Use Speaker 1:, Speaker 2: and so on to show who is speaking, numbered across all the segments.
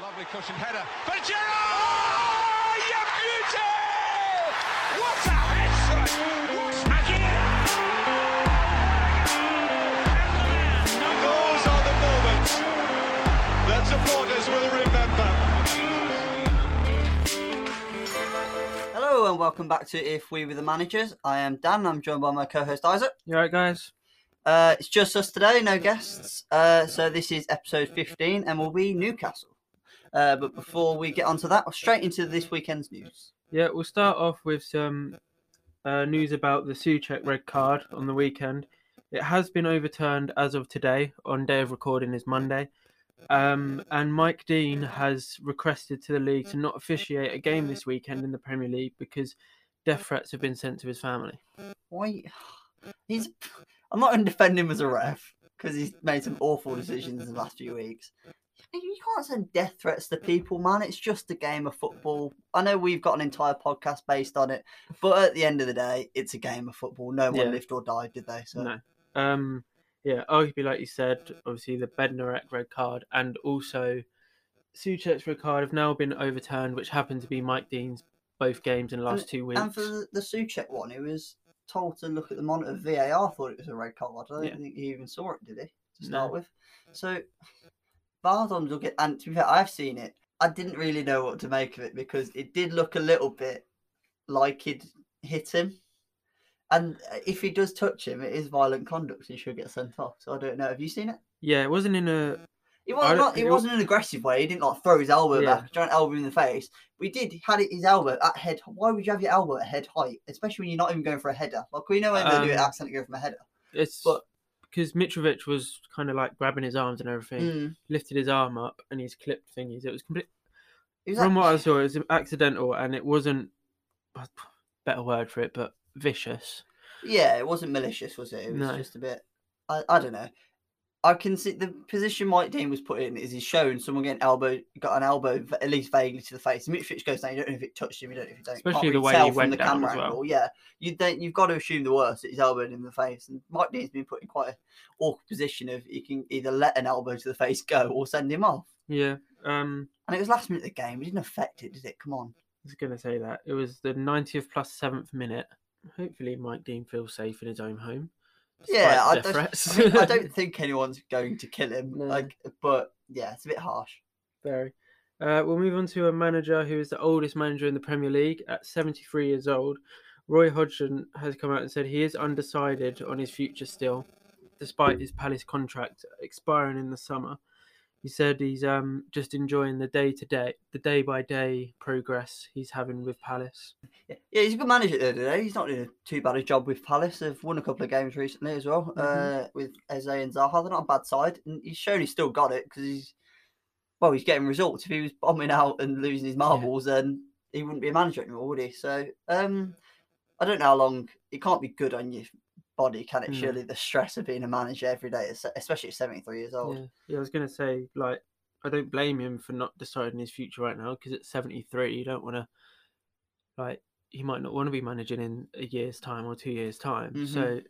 Speaker 1: Lovely cushioned header. But Gerard! Oh, you beauty! What a headshot! Those are the moments that supporters will remember.
Speaker 2: Hello and welcome back to If We Were the Managers. I am Dan. I'm joined by my co-host Isaac.
Speaker 3: You alright, guys?
Speaker 2: Uh, it's just us today, no guests. Uh, so this is episode 15, and we'll be Newcastle. Uh, but before we get onto that, we're straight into this weekend's news.
Speaker 3: Yeah, we'll start off with some uh, news about the Suchek red card on the weekend. It has been overturned as of today, on day of recording is Monday. Um, and Mike Dean has requested to the league to not officiate a game this weekend in the Premier League because death threats have been sent to his family.
Speaker 2: Why? He's.
Speaker 3: Mm.
Speaker 2: I'm not going to defend him as a ref because he's made some awful decisions in the last few weeks. You can't send death threats to people, man. It's just a game of football. I know we've got an entire podcast based on it, but at the end of the day, it's a game of football. No one
Speaker 3: Yeah.
Speaker 2: lived or died, did they? So
Speaker 3: No. Um, yeah, arguably, like you said, obviously the Bednarek red card and also Suchek's red card have now been overturned, which happened to be Mike Dean's both games in the last two weeks.
Speaker 2: And for the, the Suchek one, he was told to look at the monitor. VAR thought it was a red card. I don't
Speaker 3: Yeah.
Speaker 2: think he even saw it, did he? To
Speaker 3: No.
Speaker 2: start with. So, Bardon's look at, and to be fair, I've seen it. I didn't really know what to make of it because it did look a little bit like he'd hit him. And uh, if he does touch him, it is violent conduct. He should get sent off. So I don't know. Have you seen it?
Speaker 3: Yeah, it wasn't in a
Speaker 2: It
Speaker 3: I
Speaker 2: was
Speaker 3: don't
Speaker 2: not.
Speaker 3: think
Speaker 2: It
Speaker 3: it-
Speaker 2: wasn't an aggressive way. He didn't like throw his elbow
Speaker 3: Yeah.
Speaker 2: back, try and elbow him in the face. We did had it his elbow at head. Why would you have your elbow at head height, especially when you're not even going for a header? Like we know when they do it
Speaker 3: Um,
Speaker 2: accidentally go from a header.
Speaker 3: it's
Speaker 2: But-
Speaker 3: because Mitrovic was kind of like grabbing his arms and everything,
Speaker 2: Mm.
Speaker 3: lifted his arm up and he's clipped thingies. It was complete
Speaker 2: It was
Speaker 3: from
Speaker 2: like-
Speaker 3: what I saw, it was accidental and it wasn't a better word for it, but vicious.
Speaker 2: Yeah, it wasn't malicious, was it? It was
Speaker 3: No.
Speaker 2: just a bit. I, I don't know. I can see the position Mike Dean was put in is he's shown someone getting elbow got an elbow v- at least vaguely to the face. Mitrovic goes down. You don't know if it touched him. You don't know if it don't.
Speaker 3: Especially the way he went down as well.
Speaker 2: Yeah, you don't, you've got to assume the worst. That he's elbowed in the face, and Mike Dean's been put in quite an awkward position of he can either let an elbow to the face go or send him off.
Speaker 3: Yeah, um,
Speaker 2: And it was last minute of the game. It didn't affect it, did it? Come on.
Speaker 3: I was gonna say that it was the 90th plus seventh minute. Hopefully, Mike Dean feels safe in his own home.
Speaker 2: Yeah, I
Speaker 3: despite the
Speaker 2: don't,
Speaker 3: threats.
Speaker 2: I, mean, I don't think anyone's going to kill him.
Speaker 3: No.
Speaker 2: Like, but yeah, it's a bit harsh.
Speaker 3: Very. Uh, we'll move on to a manager who is the oldest manager in the Premier League at 73 years old. Roy Hodgson has come out and said he is undecided on his future still, despite his Palace contract expiring in the summer. He said he's um, just enjoying the day to day, the day by day progress he's having with Palace.
Speaker 2: Yeah, yeah, he's a good manager there today. He's not doing too bad a job with Palace. They've won a couple of games recently as well
Speaker 3: Mhm.
Speaker 2: uh, with Eze and Zaha. They're not a bad side, and he's shown he's still got it because he's well, he's getting results. If he was bombing out and losing his marbles, then he wouldn't be a manager anymore, would he? So um, I don't know how long it can't be good on your body, can it?
Speaker 3: No.
Speaker 2: Surely the stress of being a manager every day, es- especially at seventy three years old.
Speaker 3: Yeah. yeah, I was going to say, like, I don't blame him for not deciding his future right now because at 73, you don't want to, like, he might not want to be managing in a year's time or two years' time.
Speaker 2: Mhm.
Speaker 3: So,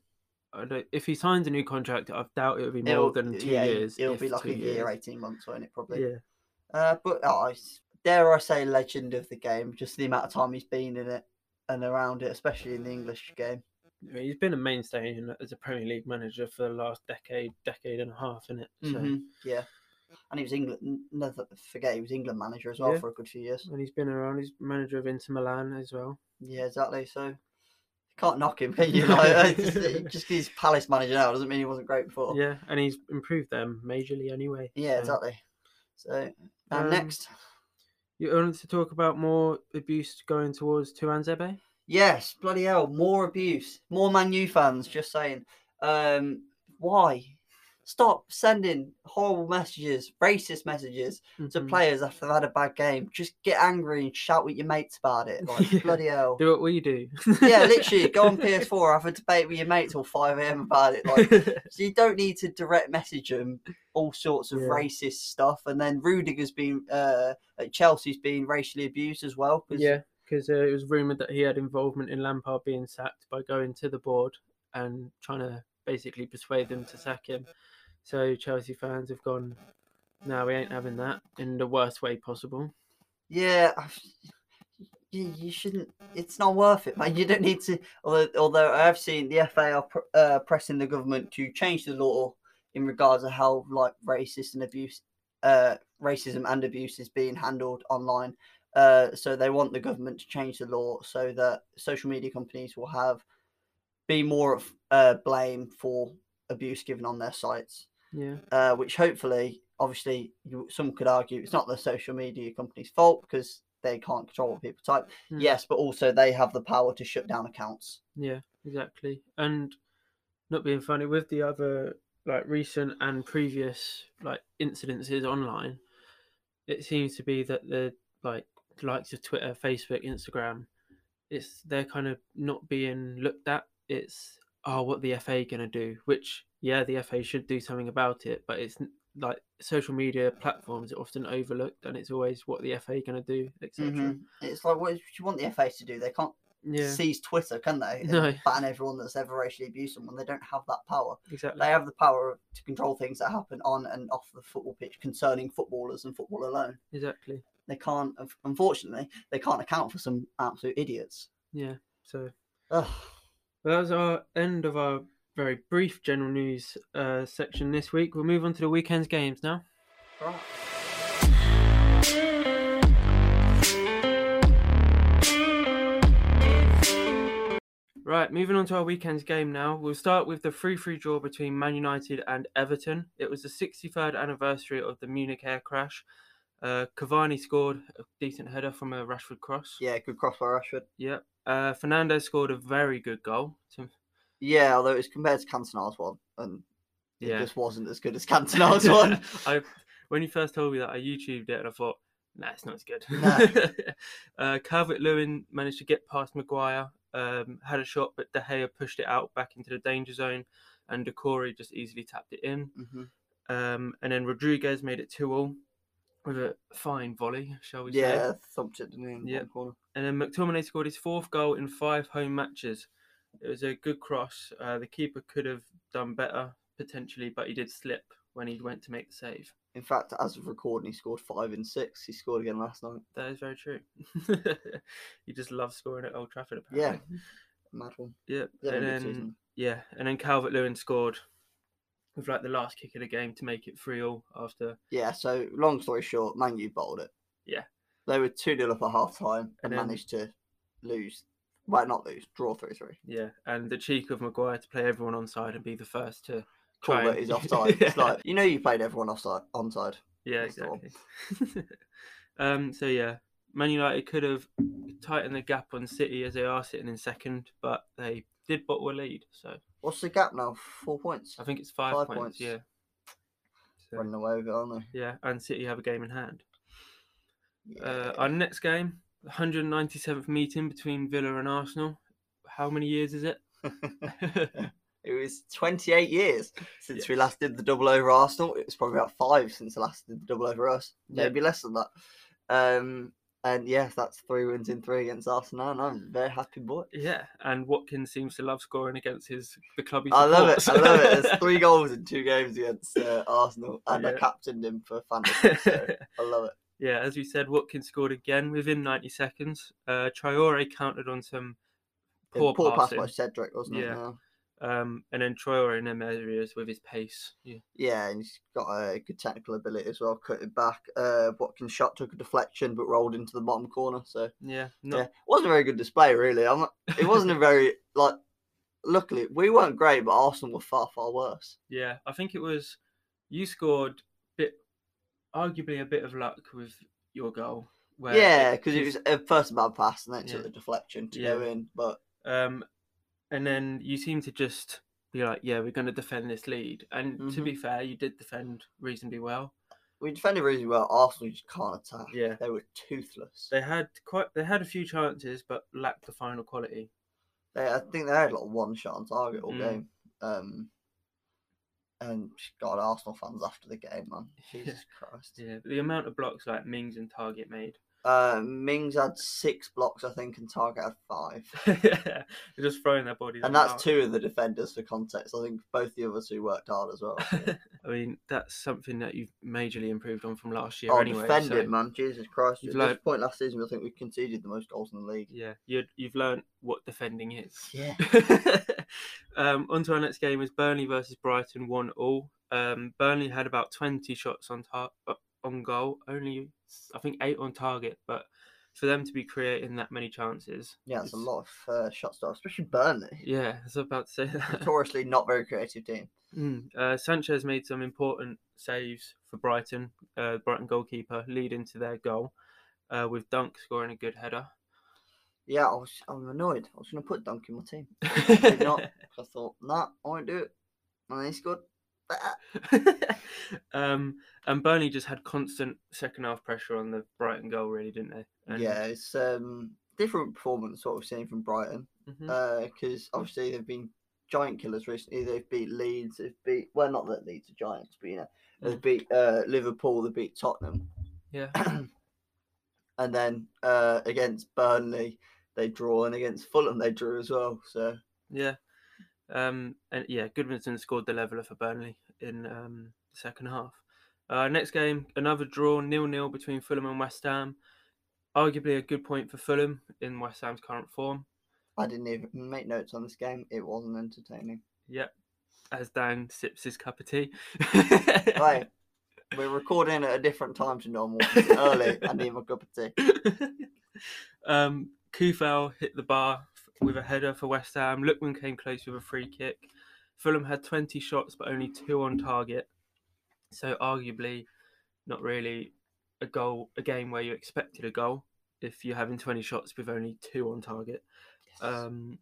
Speaker 3: I don't, if he signs a new contract, I doubt it would be more
Speaker 2: It'll-
Speaker 3: than two
Speaker 2: yeah,
Speaker 3: years.
Speaker 2: It'll
Speaker 3: if
Speaker 2: be like
Speaker 3: two
Speaker 2: a year,
Speaker 3: years.
Speaker 2: eighteen months, won't it? Probably.
Speaker 3: Yeah,
Speaker 2: Uh, but oh, it's- dare I say, legend of the game, just the amount of time he's been in it and around it, especially in the English game.
Speaker 3: I mean, he's been a mainstay in, as a Premier League manager for the last decade, decade and a half, isn't it? So,
Speaker 2: Mhm, Yeah. And he was England, never forget, he was England manager as well
Speaker 3: Yeah.
Speaker 2: for a good few years.
Speaker 3: and he's been around. He's manager of Inter Milan as well.
Speaker 2: Yeah, exactly. So you can't knock him, can you? Like, it's- it- just 'cause he's Palace manager now doesn't mean he wasn't great before.
Speaker 3: Yeah, and he's improved them majorly anyway.
Speaker 2: Yeah,
Speaker 3: so.
Speaker 2: exactly. So, and
Speaker 3: Um,
Speaker 2: next.
Speaker 3: You wanted to talk about more abuse going towards Tuanzebe?
Speaker 2: Yes, bloody hell, more abuse, more Man U fans. Just saying, um, why? Stop sending horrible messages, racist messages to
Speaker 3: Mhm.
Speaker 2: players after they've had a bad game. Just get angry and shout with your mates about it. Like
Speaker 3: Yeah.
Speaker 2: bloody hell.
Speaker 3: Do what we do.
Speaker 2: yeah, literally, go on PS4, have a debate with your mate till five AM about it. Like, so you don't need to direct message them all sorts of
Speaker 3: Yeah.
Speaker 2: racist stuff. And then Rudiger's been uh, at Chelsea's been racially abused as well. 'cause-
Speaker 3: yeah, because uh, it was rumored that he had involvement in Lampard being sacked by going to the board and trying to basically persuade them to sack him. So Chelsea fans have gone No, we ain't having that in the worst way possible.
Speaker 2: Yeah, I- you, you shouldn't. It's not worth it, man. You don't need to. Although, although I have seen the FA are pr- uh, pressing the government to change the law in regards to how like racist and abuse, uh, racism and abuse is being handled online. Uh, so they want the government to change the law so that social media companies will have be more of uh, blame for abuse given on their sites
Speaker 3: Yeah.
Speaker 2: uh, which hopefully, obviously, you, some could argue it's not the social media company's fault because they can't control what people type.
Speaker 3: Hmm.
Speaker 2: Yes, but also they have the power to shut down accounts.
Speaker 3: Yeah, exactly. And not being funny with the other like recent and previous like incidences online, it seems to be that the like likes of Twitter, Facebook, Instagram, it's they're kind of not being looked at. It's oh, what the FA gonna do? Which yeah, the FA should do something about it, but it's n- like social media platforms are often overlooked, and it's always what the FA gonna do, etc.
Speaker 2: Mhm. It's like, what do you want the FA to do? They can't
Speaker 3: Mm-hmm. Yeah,
Speaker 2: seize Twitter, can they? and
Speaker 3: No.
Speaker 2: Ban everyone that's ever racially abused someone. They don't have that power.
Speaker 3: exactly.
Speaker 2: They have the power to control things that happen on and off the football pitch concerning footballers and football alone.
Speaker 3: Exactly.
Speaker 2: They can't, unfortunately, they can't account for some absolute idiots.
Speaker 3: Yeah. So.
Speaker 2: Ugh.
Speaker 3: Well, that was our end of our very brief general news uh, section this week. We'll move on to the weekend's games now.
Speaker 2: Right.
Speaker 3: Right, moving on to our weekend's game now. We'll start with the 3 3 draw between Man United and Everton. It was the 63rd anniversary of the Munich air crash. Uh, Cavani scored a decent header from a Rashford cross.
Speaker 2: Yeah, good cross by Rashford.
Speaker 3: Yep. Uh, Fernando scored a very good goal. To,
Speaker 2: Yeah, although it's compared to Cantona's one, and it
Speaker 3: yeah.
Speaker 2: just wasn't as good as Cantona's one.
Speaker 3: I, when you first told me that, I YouTubed it and I thought, nah, it's not as good. uh, Calvert Lewin managed to get past Maguire, um, had a shot, but De Gea pushed it out back into the danger zone, and Decore just easily tapped it in.
Speaker 2: Mhm.
Speaker 3: Um, and then Rodriguez made it 2 all with a fine volley, shall we say.
Speaker 2: Yeah, thumped it didn't he, in the
Speaker 3: Yeah.
Speaker 2: bottom corner.
Speaker 3: And then McTominay scored his fourth goal in five home matches. It was a good cross. Uh, the keeper could have done better potentially, but he did slip when he went to make the save.
Speaker 2: In fact, as of recording, he scored five and six. He scored again last night.
Speaker 3: That is very true. you just love scoring at Old Trafford,
Speaker 2: Yeah,
Speaker 3: apparently.
Speaker 2: mad one.
Speaker 3: Yeah.
Speaker 2: Yeah,
Speaker 3: and
Speaker 2: good
Speaker 3: then
Speaker 2: season.
Speaker 3: yeah, and then Calvert Lewin scored with like the last kick of the game to make it three all after.
Speaker 2: Yeah. So long story short, Man U bowled it.
Speaker 3: Yeah.
Speaker 2: They were two 0 up at half time and,
Speaker 3: And then-
Speaker 2: managed to lose. Well, not lose, draw three three.
Speaker 3: Yeah, and the cheek of Maguire to play everyone on side and be the first to
Speaker 2: Call
Speaker 3: try
Speaker 2: that
Speaker 3: and-
Speaker 2: he's offside. It's
Speaker 3: Yeah.
Speaker 2: like you know you played everyone offside, onside.
Speaker 3: Yeah,
Speaker 2: That's the one.
Speaker 3: exactly. um, so yeah, Man United could have tightened the gap on City as they are sitting in second, but they did bottle a lead. So
Speaker 2: What's the gap now? Four points.
Speaker 3: I think it's five,
Speaker 2: Five
Speaker 3: points,
Speaker 2: points.
Speaker 3: Yeah. So,
Speaker 2: Running away with it, aren't they?
Speaker 3: yeah, and City have a game in hand. Uh,
Speaker 2: Yeah.
Speaker 3: our next game, 197th meeting between Villa and Arsenal. How many years is it?
Speaker 2: It was 28 years since we
Speaker 3: Yes.
Speaker 2: last did the double over Arsenal. It was probably about five since the last did the double over us,
Speaker 3: Yeah.
Speaker 2: maybe less than that. Um, and yes, that's three wins in three against Arsenal, and I'm a very happy boy.
Speaker 3: yeah, and Watkins seems to love scoring against his the club. He
Speaker 2: I love it. I
Speaker 3: supports.
Speaker 2: love it. There's three goals in two games against uh, Arsenal, and I
Speaker 3: Yeah.
Speaker 2: captained him for fantasy. So I love it.
Speaker 3: yeah, as we said, Watkins scored again within 90 seconds. Uh, Traore counted on some
Speaker 2: A
Speaker 3: poor,
Speaker 2: poor pass
Speaker 3: passing,
Speaker 2: by Cedric, wasn't it?
Speaker 3: Yeah.
Speaker 2: Yeah.
Speaker 3: um, and then Traore in them areas with his pace. Yeah,
Speaker 2: Yeah, and he's got a good technical ability as well. Cut it back. Uh, Watkins' shot took a deflection, but rolled into the bottom corner. So Yeah,
Speaker 3: yeah, not,
Speaker 2: it wasn't a very good display, really. I'm not, it wasn't a very like. Luckily, we weren't great, but Arsenal were far far worse.
Speaker 3: yeah. I think it was you scored bit, arguably a bit of luck with your goal. Where
Speaker 2: yeah, because it was a first bad pass and then it
Speaker 3: Yeah.
Speaker 2: took the deflection to go
Speaker 3: Yeah.
Speaker 2: in. But
Speaker 3: Um, and then you seem to just be like, yeah, we're going to defend this lead. And to
Speaker 2: Mhm.
Speaker 3: be fair, you did defend reasonably well.
Speaker 2: we defended really well. Arsenal just can't attack.
Speaker 3: Yeah.
Speaker 2: they were toothless.
Speaker 3: They had quite, they had a few chances, but lacked the final quality.
Speaker 2: They, I think they had like one shot on target all
Speaker 3: Mm.
Speaker 2: game. Um, and God, Arsenal fans after the game, man,
Speaker 3: Yeah.
Speaker 2: Jesus Christ.
Speaker 3: Yeah, the amount of blocks like Mings and Target made.
Speaker 2: Uh, Mings had six blocks, I think, and Target had five.
Speaker 3: They're just throwing their bodies.
Speaker 2: And that's
Speaker 3: about.
Speaker 2: two of the defenders for context. I think both the other two worked hard as well.
Speaker 3: I mean, that's something that you've majorly improved on from last year.
Speaker 2: oh,
Speaker 3: anyway,
Speaker 2: defended,
Speaker 3: so-
Speaker 2: man. Jesus Christ.
Speaker 3: You've
Speaker 2: At
Speaker 3: learned-
Speaker 2: this point last season, I think we conceded the most goals in the league.
Speaker 3: Yeah, you'd, you've learned what defending is.
Speaker 2: Yeah.
Speaker 3: um, on to our next game is Burnley versus Brighton, one all. Um, Burnley had about twenty shots on tar- uh, on goal, only I think eight on target, but for them to be creating that many chances,
Speaker 2: Yeah, it's a
Speaker 3: is-
Speaker 2: lot of uh, shots, though, especially Burnley.
Speaker 3: Yeah, I was about to say that.
Speaker 2: Notoriously not very creative team.
Speaker 3: Mm. Uh, Sanchez made some important saves for Brighton, uh, Brighton goalkeeper, leading to their goal, uh, with Dunk scoring a good header.
Speaker 2: Yeah, I was, I'm annoyed. I was going to put Dunk in my team. I did not. I thought, nah, I won't do it. And he scored. Ah.
Speaker 3: um, and Burnley just had constant second half pressure on the Brighton goal, really, didn't they? And,
Speaker 2: Yeah, it's um different performance what we've seen from Brighton.
Speaker 3: Mhm.
Speaker 2: because Uh, obviously they've been giant killers recently. They've beat Leeds, they've beat well, not that Leeds are giants, but you know, they've beat uh, Liverpool, they beat Tottenham,
Speaker 3: yeah.
Speaker 2: and then uh, against Burnley they draw, and against Fulham they drew as well. So
Speaker 3: Yeah. Um, and yeah, Goodmanson scored the leveler for Burnley in um, the second half. Uh, next game, another draw, nil nil between Fulham and West Ham. Arguably a good point for Fulham in West Ham's current form.
Speaker 2: I didn't even make notes on this game. It wasn't entertaining.
Speaker 3: Yep. As Dan sips his cup of tea.
Speaker 2: Right. We're recording at a different time to normal. It's early. I need my cup of tea.
Speaker 3: um, Kufel hit the bar f- with a header for West Ham. Lookman came close with a free kick. Fulham had 20 shots, but only two on target. So, arguably, not really a goal, a game where you expected a goal if you're having 20 shots with only two on target. Um,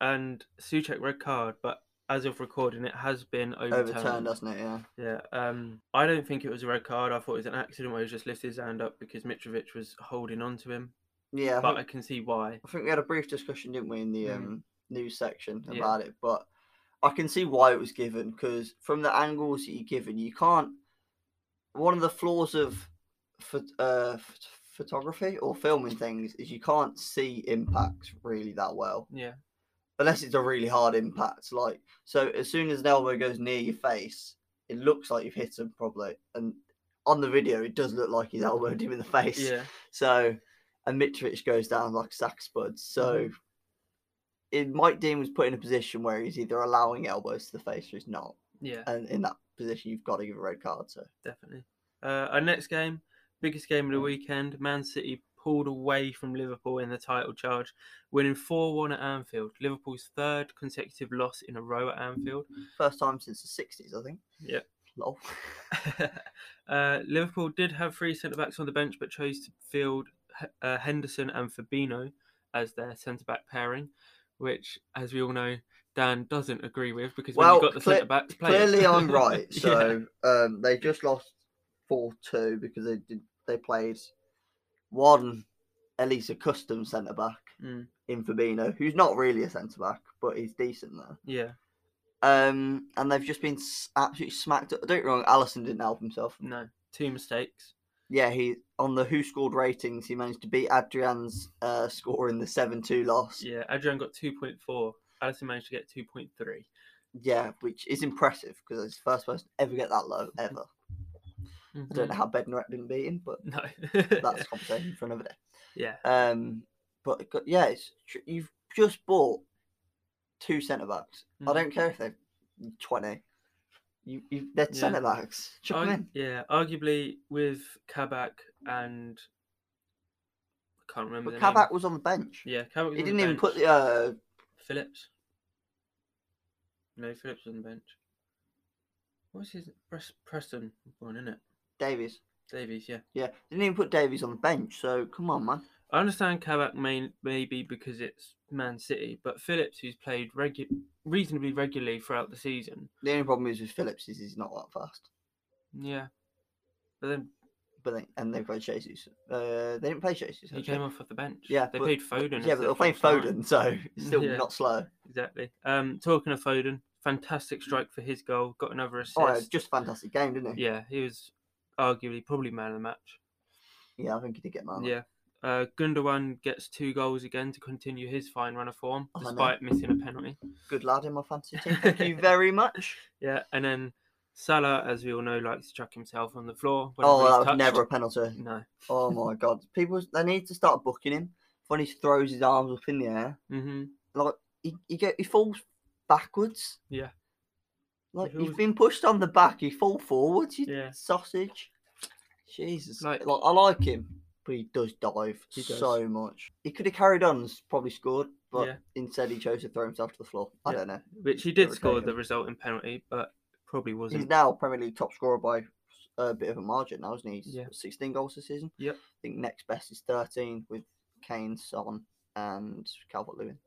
Speaker 3: and Suchek red card, but as of recording, it has been
Speaker 2: Overturned, doesn't it? Yeah.
Speaker 3: yeah, um, I don't think it was a red card. I thought it was an accident where he just lifted his hand up because Mitrovic was holding on to him.
Speaker 2: Yeah. I
Speaker 3: but
Speaker 2: think-
Speaker 3: I can see why.
Speaker 2: I think we had a brief discussion, didn't we, in the
Speaker 3: Mm.
Speaker 2: um, news section
Speaker 3: Yeah.
Speaker 2: about it? But I can see why it was given because from the angles that you're given, you can't. One of the flaws of pho- uh, ph- photography or filming things is you can't see impacts really that well
Speaker 3: Yeah,
Speaker 2: unless it's a really hard impact. Like so, as soon as an elbow goes near your face, it looks like you've hit him probably, and on the video, it does look like he's elbowed him in the face.
Speaker 3: yeah,
Speaker 2: So, and Mitrovic goes down like a sack spud. So, it, Mike Dean was put in a position where he's either allowing elbows to the face or he's not.
Speaker 3: yeah,
Speaker 2: And in that position, you've got to give a red card. So,
Speaker 3: definitely. Uh, our next game, biggest game of the weekend, Man City pulled away from Liverpool in the title charge, winning 4 1 at Anfield. Liverpool's third consecutive loss in a row at Anfield.
Speaker 2: first time since the 60s, I think.
Speaker 3: Yep.
Speaker 2: Lol.
Speaker 3: uh, Liverpool did have three centre backs on the bench, but chose to field H- uh, Henderson and Fabinho as their centre back pairing, which, as we all know, Dan doesn't agree with because when
Speaker 2: Well,
Speaker 3: you've got the
Speaker 2: cle-
Speaker 3: centre backs, play it.
Speaker 2: Clearly, I'm right.
Speaker 3: Yeah.
Speaker 2: So, um, they just lost 4 2 because they did, they played one Elisa Custom centre back
Speaker 3: Mm.
Speaker 2: in Fabino, who's not really a centre back, but he's decent there.
Speaker 3: yeah,
Speaker 2: Um, and they've just been s- absolutely smacked. Don't get me wrong, Allison didn't help himself.
Speaker 3: no, two mistakes.
Speaker 2: Yeah, he on the who scored ratings, he managed to beat Adrian's uh, score in the seven two loss. Yeah.
Speaker 3: Yeah, Adrian got two point four. Allison managed to get two point three.
Speaker 2: which is impressive because it's the first person to ever get that low ever. I don't know how Bednarek didn't beat him, but
Speaker 3: No,
Speaker 2: that's a conversation for another day.
Speaker 3: yeah,
Speaker 2: Um, but it got- yeah, it's tr- you've just bought two centre backs. I
Speaker 3: Mm.
Speaker 2: don't care if they're twenty. You, you they're
Speaker 3: Yeah. Oh,
Speaker 2: centre backs. Chuck 'em
Speaker 3: Argu-
Speaker 2: in.
Speaker 3: yeah. Arguably with Kabak and I can't remember.
Speaker 2: But
Speaker 3: their name.
Speaker 2: Kabak was on the bench.
Speaker 3: Yeah, Kabak. was
Speaker 2: He
Speaker 3: on the
Speaker 2: didn't even
Speaker 3: bench.
Speaker 2: put the uh,
Speaker 3: Phillips. No, Phillips on the bench. What's his Pres- Preston one in it?
Speaker 2: Davies.
Speaker 3: Davies, yeah.
Speaker 2: Yeah, didn't even put Davies on the bench. So come on, man.
Speaker 3: I understand Kabak main maybe because it's Man City, but Phillips, who's played regu- reasonably regularly throughout the season,
Speaker 2: The only problem is with Phillips is he's not that fast.
Speaker 3: yeah. But then
Speaker 2: But they, and they played Jesus. Uh, they didn't play Jesus.
Speaker 3: he came off of the bench.
Speaker 2: Yeah,
Speaker 3: they
Speaker 2: but-
Speaker 3: played Foden.
Speaker 2: Yeah, but
Speaker 3: as their
Speaker 2: they're playing
Speaker 3: false nine.
Speaker 2: Foden, so it's still
Speaker 3: Yeah.
Speaker 2: not slow.
Speaker 3: Exactly. Um, talking of Foden, fantastic strike for his goal. Got another assist.
Speaker 2: Oh, yeah, just a fantastic game, didn't he?
Speaker 3: Yeah, he was arguably probably man of the match.
Speaker 2: Yeah, I think he did get man. of the
Speaker 3: Yeah. Uh, Gundogan gets two goals again to continue his fine run of form,
Speaker 2: Oh, I know.
Speaker 3: despite missing a penalty.
Speaker 2: good lad in my fantasy team. Thank you very much.
Speaker 3: Yeah, and then Salah, as we all know, likes to chuck himself on the floor. whenever
Speaker 2: Oh,
Speaker 3: he's
Speaker 2: that was
Speaker 3: touched.
Speaker 2: never a penalty.
Speaker 3: No.
Speaker 2: Oh my god, people they need to start booking him when he throws his arms up in the air.
Speaker 3: hmm
Speaker 2: Like he he, get, he falls backwards.
Speaker 3: Yeah.
Speaker 2: Like
Speaker 3: Who
Speaker 2: he's
Speaker 3: was-
Speaker 2: been pushed on the back. He fall forwards. You
Speaker 3: Yeah.
Speaker 2: sausage. Jesus,
Speaker 3: Like-
Speaker 2: like, I like him, but he does dive
Speaker 3: He does.
Speaker 2: so much. He could have carried on, and s- probably scored, but
Speaker 3: Yeah.
Speaker 2: instead he chose to throw himself to the floor. I
Speaker 3: Yeah.
Speaker 2: don't know.
Speaker 3: Which he did
Speaker 2: Never
Speaker 3: score
Speaker 2: taken.
Speaker 3: the resulting penalty, but probably wasn't.
Speaker 2: He's now Premier League top scorer by a bit of a margin now, isn't he? He's
Speaker 3: Yeah.
Speaker 2: 16 goals this season.
Speaker 3: Yep.
Speaker 2: I think next best is 13 with Kane, Son, and Calvert Lewin.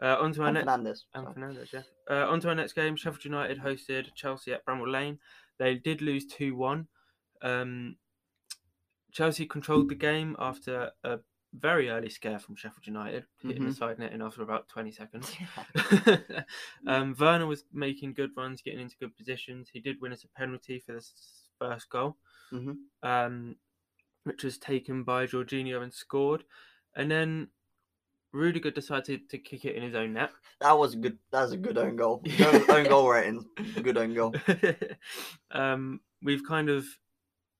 Speaker 3: Uh, on to our
Speaker 2: And
Speaker 3: next.
Speaker 2: Fernandez.
Speaker 3: And
Speaker 2: sorry.
Speaker 3: Fernandez, yeah. Uh, on to our next game. Sheffield United hosted Chelsea at Bramall Lane. They did lose 2 1. Um, Chelsea controlled the game after a very early scare from Sheffield United, hitting the
Speaker 2: Mhm.
Speaker 3: side netting after about 20 seconds.
Speaker 2: Yeah.
Speaker 3: um, Werner was making good runs, getting into good positions. He did win us a penalty for the s- first goal,
Speaker 2: Mhm.
Speaker 3: um, which was taken by Jorginho and scored. And then Rudiger decided to kick it in his own net.
Speaker 2: That was a good. That was a good own goal. Own, own goal rating. Good own goal.
Speaker 3: um, we've kind of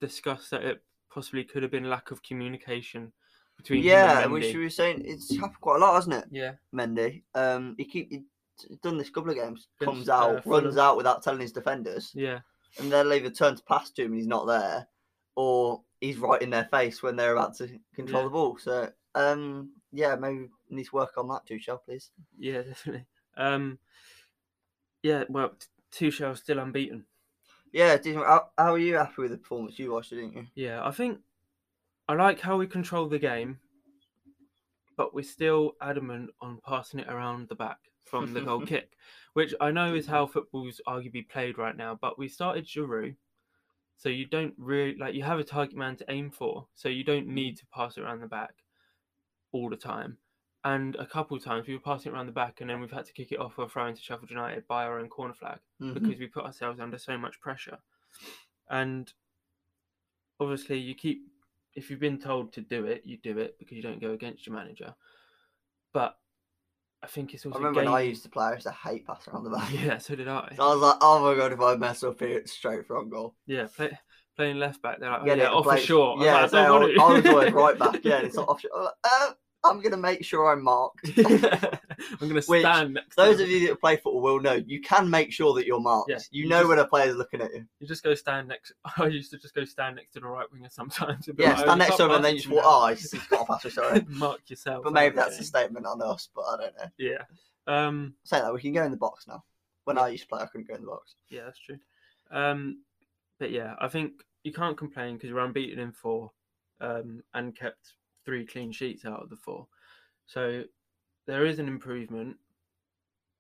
Speaker 3: discussed that it possibly could have been lack of communication between him and
Speaker 2: Yeah, which
Speaker 3: Mendy.
Speaker 2: we were saying it's happened quite a lot, hasn't it,
Speaker 3: yeah,
Speaker 2: Mendy? Um, he keep he's done this couple of games.
Speaker 3: Against,
Speaker 2: Comes
Speaker 3: uh,
Speaker 2: out, runs
Speaker 3: Fulham.
Speaker 2: out without telling his defenders,
Speaker 3: yeah,
Speaker 2: and they'll either turn to pass to him and he's not there, or he's right in their face when they're about to control
Speaker 3: Yeah.
Speaker 2: the ball. So, um, yeah, maybe we need to work on that too, shall please.
Speaker 3: yeah, definitely. Um, yeah, well, t- Tuchel's still unbeaten.
Speaker 2: Yeah, Dean, how, how are you happy with the performance you watched, it, didn't you?
Speaker 3: Yeah, I think I like how we control the game, but we're still adamant on passing it around the back from the goal kick, which I know is how football's arguably played right now. But we started Giroud, so you don't really like you have a target man to aim for, so you don't need to pass it around the back all the time. And a couple of times we were passing it around the back, and then we've had to kick it off or throw into Sheffield United by our own corner flag
Speaker 2: Mhm.
Speaker 3: because we put ourselves under so much pressure. And obviously, you keep, if you've been told to do it, you do it because you don't go against your manager. But I think it's
Speaker 2: I
Speaker 3: also.
Speaker 2: remember when I
Speaker 3: game-
Speaker 2: used to play, I used to hate passing around the back.
Speaker 3: Yeah, so did I.
Speaker 2: So I was like, oh my god, if I mess up here, it's straight from goal.
Speaker 3: Yeah, play, playing left back, they're like, oh,
Speaker 2: Get
Speaker 3: yeah,
Speaker 2: it,
Speaker 3: off for
Speaker 2: play-
Speaker 3: sure.
Speaker 2: Yeah,
Speaker 3: I,
Speaker 2: so I, was- I was always right back. Yeah, and it's not off shore. I'm, like, uh, I'm gonna make sure I'm marked.
Speaker 3: I'm going to
Speaker 2: Which,
Speaker 3: stand next to
Speaker 2: Those
Speaker 3: them.
Speaker 2: of you that play football will know you can make sure that you're marked.
Speaker 3: Yeah,
Speaker 2: you
Speaker 3: you
Speaker 2: know
Speaker 3: just-
Speaker 2: when a player's looking at you.
Speaker 3: You just go stand next. I used to just go stand next to the right winger sometimes. and be
Speaker 2: Yeah,
Speaker 3: like, oh,
Speaker 2: stand
Speaker 3: you
Speaker 2: next to
Speaker 3: can't
Speaker 2: him and
Speaker 3: pass
Speaker 2: then
Speaker 3: it
Speaker 2: you just
Speaker 3: to me
Speaker 2: walk.
Speaker 3: now.
Speaker 2: Oh, he's, he's got a pass me, sorry.
Speaker 3: Mark yourself.
Speaker 2: But
Speaker 3: out
Speaker 2: maybe
Speaker 3: of the
Speaker 2: that's a statement on us, but I don't know.
Speaker 3: game. Yeah. Um,
Speaker 2: Say that we can go in the box now. When I used to play, I couldn't go in the box.
Speaker 3: Yeah, that's true. Um, but yeah, I think you can't complain because we're unbeaten in four um, and kept three clean sheets out of the four. So there is an improvement.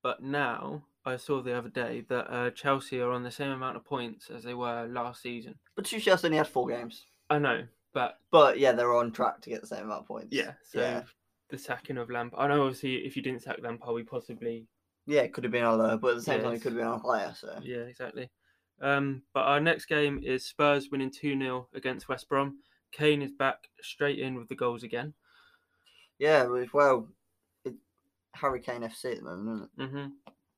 Speaker 3: But now I saw the other day that uh, Chelsea are on the same amount of points as they were last season.
Speaker 2: But Tuchel's only had four games.
Speaker 3: I know, but
Speaker 2: But yeah, they're on track to get the same amount of points.
Speaker 3: yeah, so
Speaker 2: yeah,
Speaker 3: the sacking of Lampard. I know, obviously, if you didn't sack Lampard, we possibly
Speaker 2: yeah. It could have been on lower, but at the same
Speaker 3: Yeah,
Speaker 2: time, it
Speaker 3: it's-
Speaker 2: could have been on higher. So
Speaker 3: Yeah, exactly. Um, but our next game is Spurs winning 2 0 against West Brom. Kane is back straight in with the goals again.
Speaker 2: Yeah, well, it's- well, it, Harry Kane FC at the moment, isn't
Speaker 3: hmm
Speaker 2: it?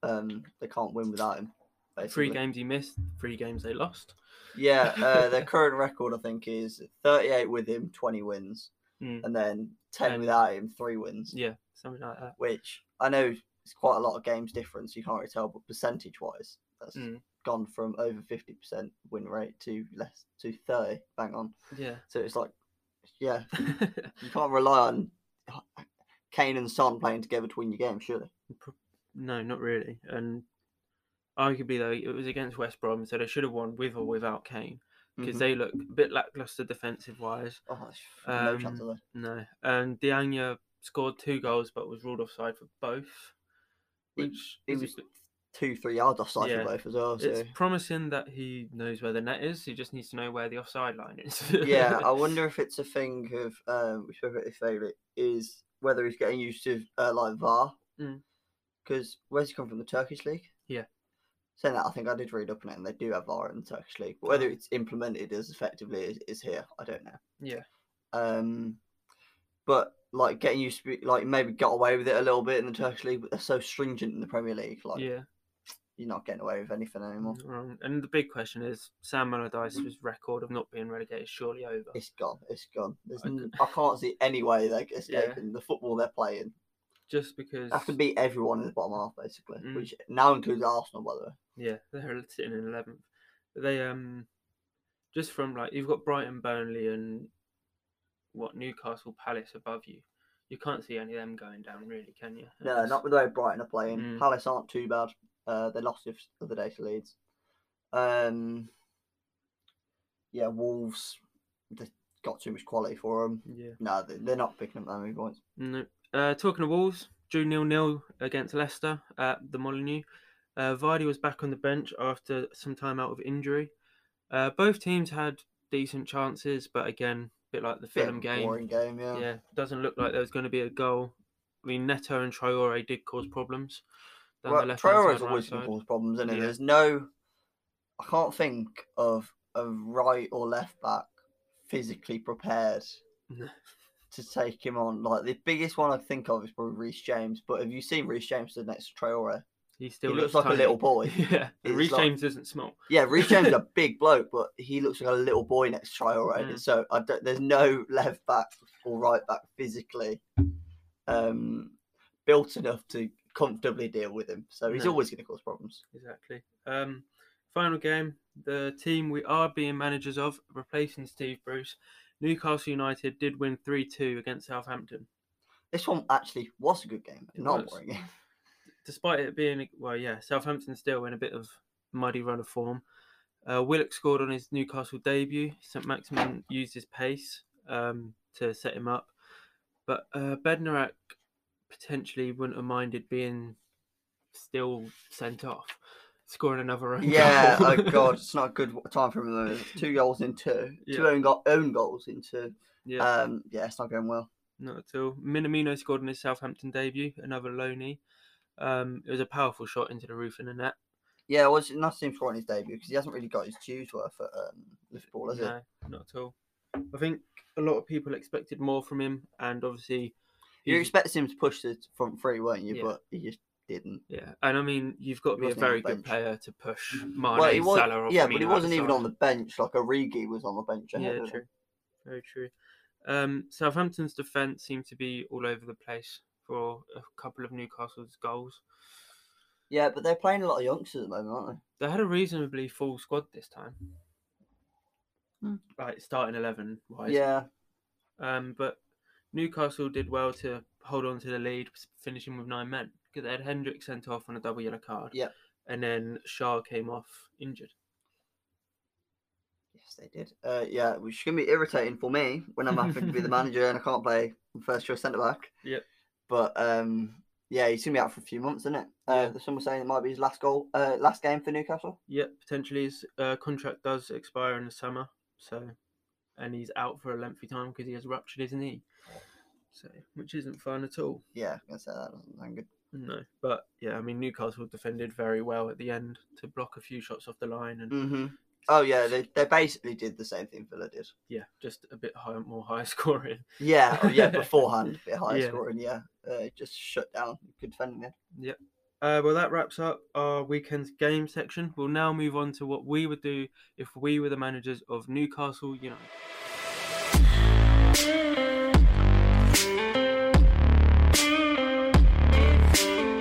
Speaker 2: Um, they can't win without him.
Speaker 3: Three
Speaker 2: Basically.
Speaker 3: games he missed, three games they lost.
Speaker 2: Yeah, uh, their current record, I think, is 38 with him, 20 wins,
Speaker 3: Mm.
Speaker 2: and then 10
Speaker 3: And-
Speaker 2: without him, three wins.
Speaker 3: Yeah, something like that.
Speaker 2: Which I know it's quite a lot of games difference. You can't really tell, but percentage wise, that's
Speaker 3: Mm.
Speaker 2: gone from over 50% win rate to less to 30. Bang on.
Speaker 3: Yeah.
Speaker 2: So it's like, yeah, you can't rely on Kane and Son playing together to win your game, surely.
Speaker 3: no, not really. And arguably, though, it was against West Brom, so they should have won with or without Kane because
Speaker 2: Mhm.
Speaker 3: they look a bit lackluster defensive wise.
Speaker 2: Oh, there's no chance
Speaker 3: Um,
Speaker 2: of that.
Speaker 3: No. And Diagna scored two goals but was ruled offside for both.
Speaker 2: He-
Speaker 3: Which
Speaker 2: he
Speaker 3: is a
Speaker 2: was
Speaker 3: bit-
Speaker 2: two, three yards offside
Speaker 3: Yeah.
Speaker 2: for both as well. So
Speaker 3: It's promising that he knows where the net is. He just needs to know where the offside line is.
Speaker 2: yeah, I wonder if it's a thing of um, which whether his favourite is whether he's getting used to uh, like VAR
Speaker 3: Mm.
Speaker 2: because where's he come from? The Turkish league.
Speaker 3: Yeah.
Speaker 2: Saying that, I think I did read up on it, and they do have VAR in the Turkish league. But
Speaker 3: Ah.
Speaker 2: whether it's implemented as effectively as is here, I don't know.
Speaker 3: Yeah.
Speaker 2: Um, but like getting used to be, like maybe got away with it a little bit in the Turkish league, but they're so stringent in the Premier League. Like
Speaker 3: yeah.
Speaker 2: you're not getting away with anything anymore. Mm.
Speaker 3: Wrong. And the big question is Sam Allardyce's record of not being relegated is surely over.
Speaker 2: It's gone. It's gone. There's
Speaker 3: I
Speaker 2: I,
Speaker 3: c-
Speaker 2: n- I can't see any way they're escaping the football they're playing.
Speaker 3: Just because.
Speaker 2: They have to beat everyone in the bottom half, basically,
Speaker 3: Mm.
Speaker 2: which now includes Arsenal, by the way.
Speaker 3: Yeah, they're sitting in eleventh. They um, just from like you've got Brighton, Burnley, and what Newcastle Palace above you. You can't see any of them going down, really, can you?
Speaker 2: No, not with the way Brighton are playing.
Speaker 3: Mm.
Speaker 2: Palace aren't too bad. Uh, they lost the other day to Leeds. Um, yeah, Wolves. They got too much quality for them.
Speaker 3: Yeah.
Speaker 2: No, they- they're not picking up that many points.
Speaker 3: No. Uh, talking of Wolves, drew nil nil against Leicester at the Molineux. Uh, Vardy was back on the bench after some time out of injury. Uh, both teams had decent chances, but again, bit like the
Speaker 2: Bit of
Speaker 3: Fulham
Speaker 2: a
Speaker 3: game.
Speaker 2: boring game, yeah.
Speaker 3: Yeah, doesn't look like there was going to be a goal. I mean, Neto and Traore did cause problems. down the
Speaker 2: Well,
Speaker 3: left-hand
Speaker 2: Traore's always
Speaker 3: side, right
Speaker 2: going to
Speaker 3: side.
Speaker 2: cause problems, isn't it?
Speaker 3: Yeah.
Speaker 2: There's no. I can't think of a right or left back physically prepared
Speaker 3: No.
Speaker 2: to take him on. Like the biggest one I think of is probably Reece James. But have you seen Reece James the next to Traore?
Speaker 3: He still
Speaker 2: looks like a
Speaker 3: tiny.
Speaker 2: little boy.
Speaker 3: yeah, and
Speaker 2: It's
Speaker 3: Reece
Speaker 2: like-
Speaker 3: James isn't small.
Speaker 2: Yeah, Reece James is a big bloke, but he looks like a little boy next to Traore.
Speaker 3: Mm.
Speaker 2: So I don't, there's no left back or right back physically um, built enough to comfortably deal with him. So he's
Speaker 3: No.
Speaker 2: always going to cause problems.
Speaker 3: Exactly. Um, final game, the team we are being managers of, replacing Steve Bruce, Newcastle United did win 3 2 against Southampton.
Speaker 2: This one actually was a good game,
Speaker 3: It
Speaker 2: not
Speaker 3: was.
Speaker 2: boring. game.
Speaker 3: Despite it being, well, yeah, Southampton still in a bit of muddy run of form. Uh, Willock scored on his Newcastle debut. St Maximin used his pace um, to set him up. But uh, Bednarak potentially wouldn't have minded being still sent off, scoring another own
Speaker 2: Yeah,
Speaker 3: goal.
Speaker 2: oh god, it's not a good w- time for him. though. Two goals in two,
Speaker 3: Yeah.
Speaker 2: two own, go- own goals in two.
Speaker 3: yeah.
Speaker 2: Um, yeah, it's not going well.
Speaker 3: Not at all. Minamino scored in his Southampton debut, another loney. Um, it was a powerful shot into the roof and the net.
Speaker 2: Yeah, well, it's nice to see him score on his debut because he hasn't really got his dues worth at um, Liverpool, has
Speaker 3: no, not at all. I think a lot of people expected more from him, and obviously,
Speaker 2: he? You
Speaker 3: he's-
Speaker 2: expected him to push the front three, weren't you?
Speaker 3: Yeah.
Speaker 2: But he just didn't.
Speaker 3: yeah, and I mean, you've got to
Speaker 2: He
Speaker 3: be a
Speaker 2: wasn't on the
Speaker 3: very good
Speaker 2: bench.
Speaker 3: player to push Mane,
Speaker 2: well, he was,
Speaker 3: Oh, Salah, or
Speaker 2: yeah, but
Speaker 3: Firmino
Speaker 2: he
Speaker 3: out
Speaker 2: wasn't even
Speaker 3: side.
Speaker 2: on the bench. Like Origi was on the bench ahead
Speaker 3: Yeah,
Speaker 2: of him.
Speaker 3: true. Very true. Um, Southampton's defence seemed to be all over the place for a couple of Newcastle's goals.
Speaker 2: Yeah, but they're playing a lot of youngsters at the moment, aren't
Speaker 3: They had a reasonably full squad this time,
Speaker 2: Hmm.
Speaker 3: like starting eleven wise.
Speaker 2: they? Yeah,
Speaker 3: Um, but Newcastle did well to hold on to the lead, s- finishing with nine men because they had Hendrick sent off on a double yellow card.
Speaker 2: Yep.
Speaker 3: And then Shaw came off injured.
Speaker 2: Yes, they did. Uh, yeah, which is going to be irritating for me when I'm having to be the manager and I can't play first choice centre back.
Speaker 3: Yep.
Speaker 2: But um, yeah, he's going to be out for a few months, isn't it?
Speaker 3: Yeah.
Speaker 2: Uh, Some were saying it might be his last goal, uh, last game for Newcastle.
Speaker 3: Yep. Potentially his uh, contract does expire in the summer, so and he's out for a lengthy time because he has ruptured his knee. So, which isn't fun at all.
Speaker 2: Yeah, I'm going to say that doesn't sound good.
Speaker 3: No, but yeah, I mean Newcastle defended very well at the end to block a few shots off the line and
Speaker 2: hmm Oh yeah, they, they basically did the same thing Villa did.
Speaker 3: yeah, just a bit higher, more high scoring.
Speaker 2: Yeah, oh, yeah, beforehand, a bit higher
Speaker 3: Yeah.
Speaker 2: scoring. Yeah, uh, just shut down. Good defending there.
Speaker 3: Uh, well, that wraps up our weekend's game section. We'll now move on to what we would do if we were the managers of Newcastle United.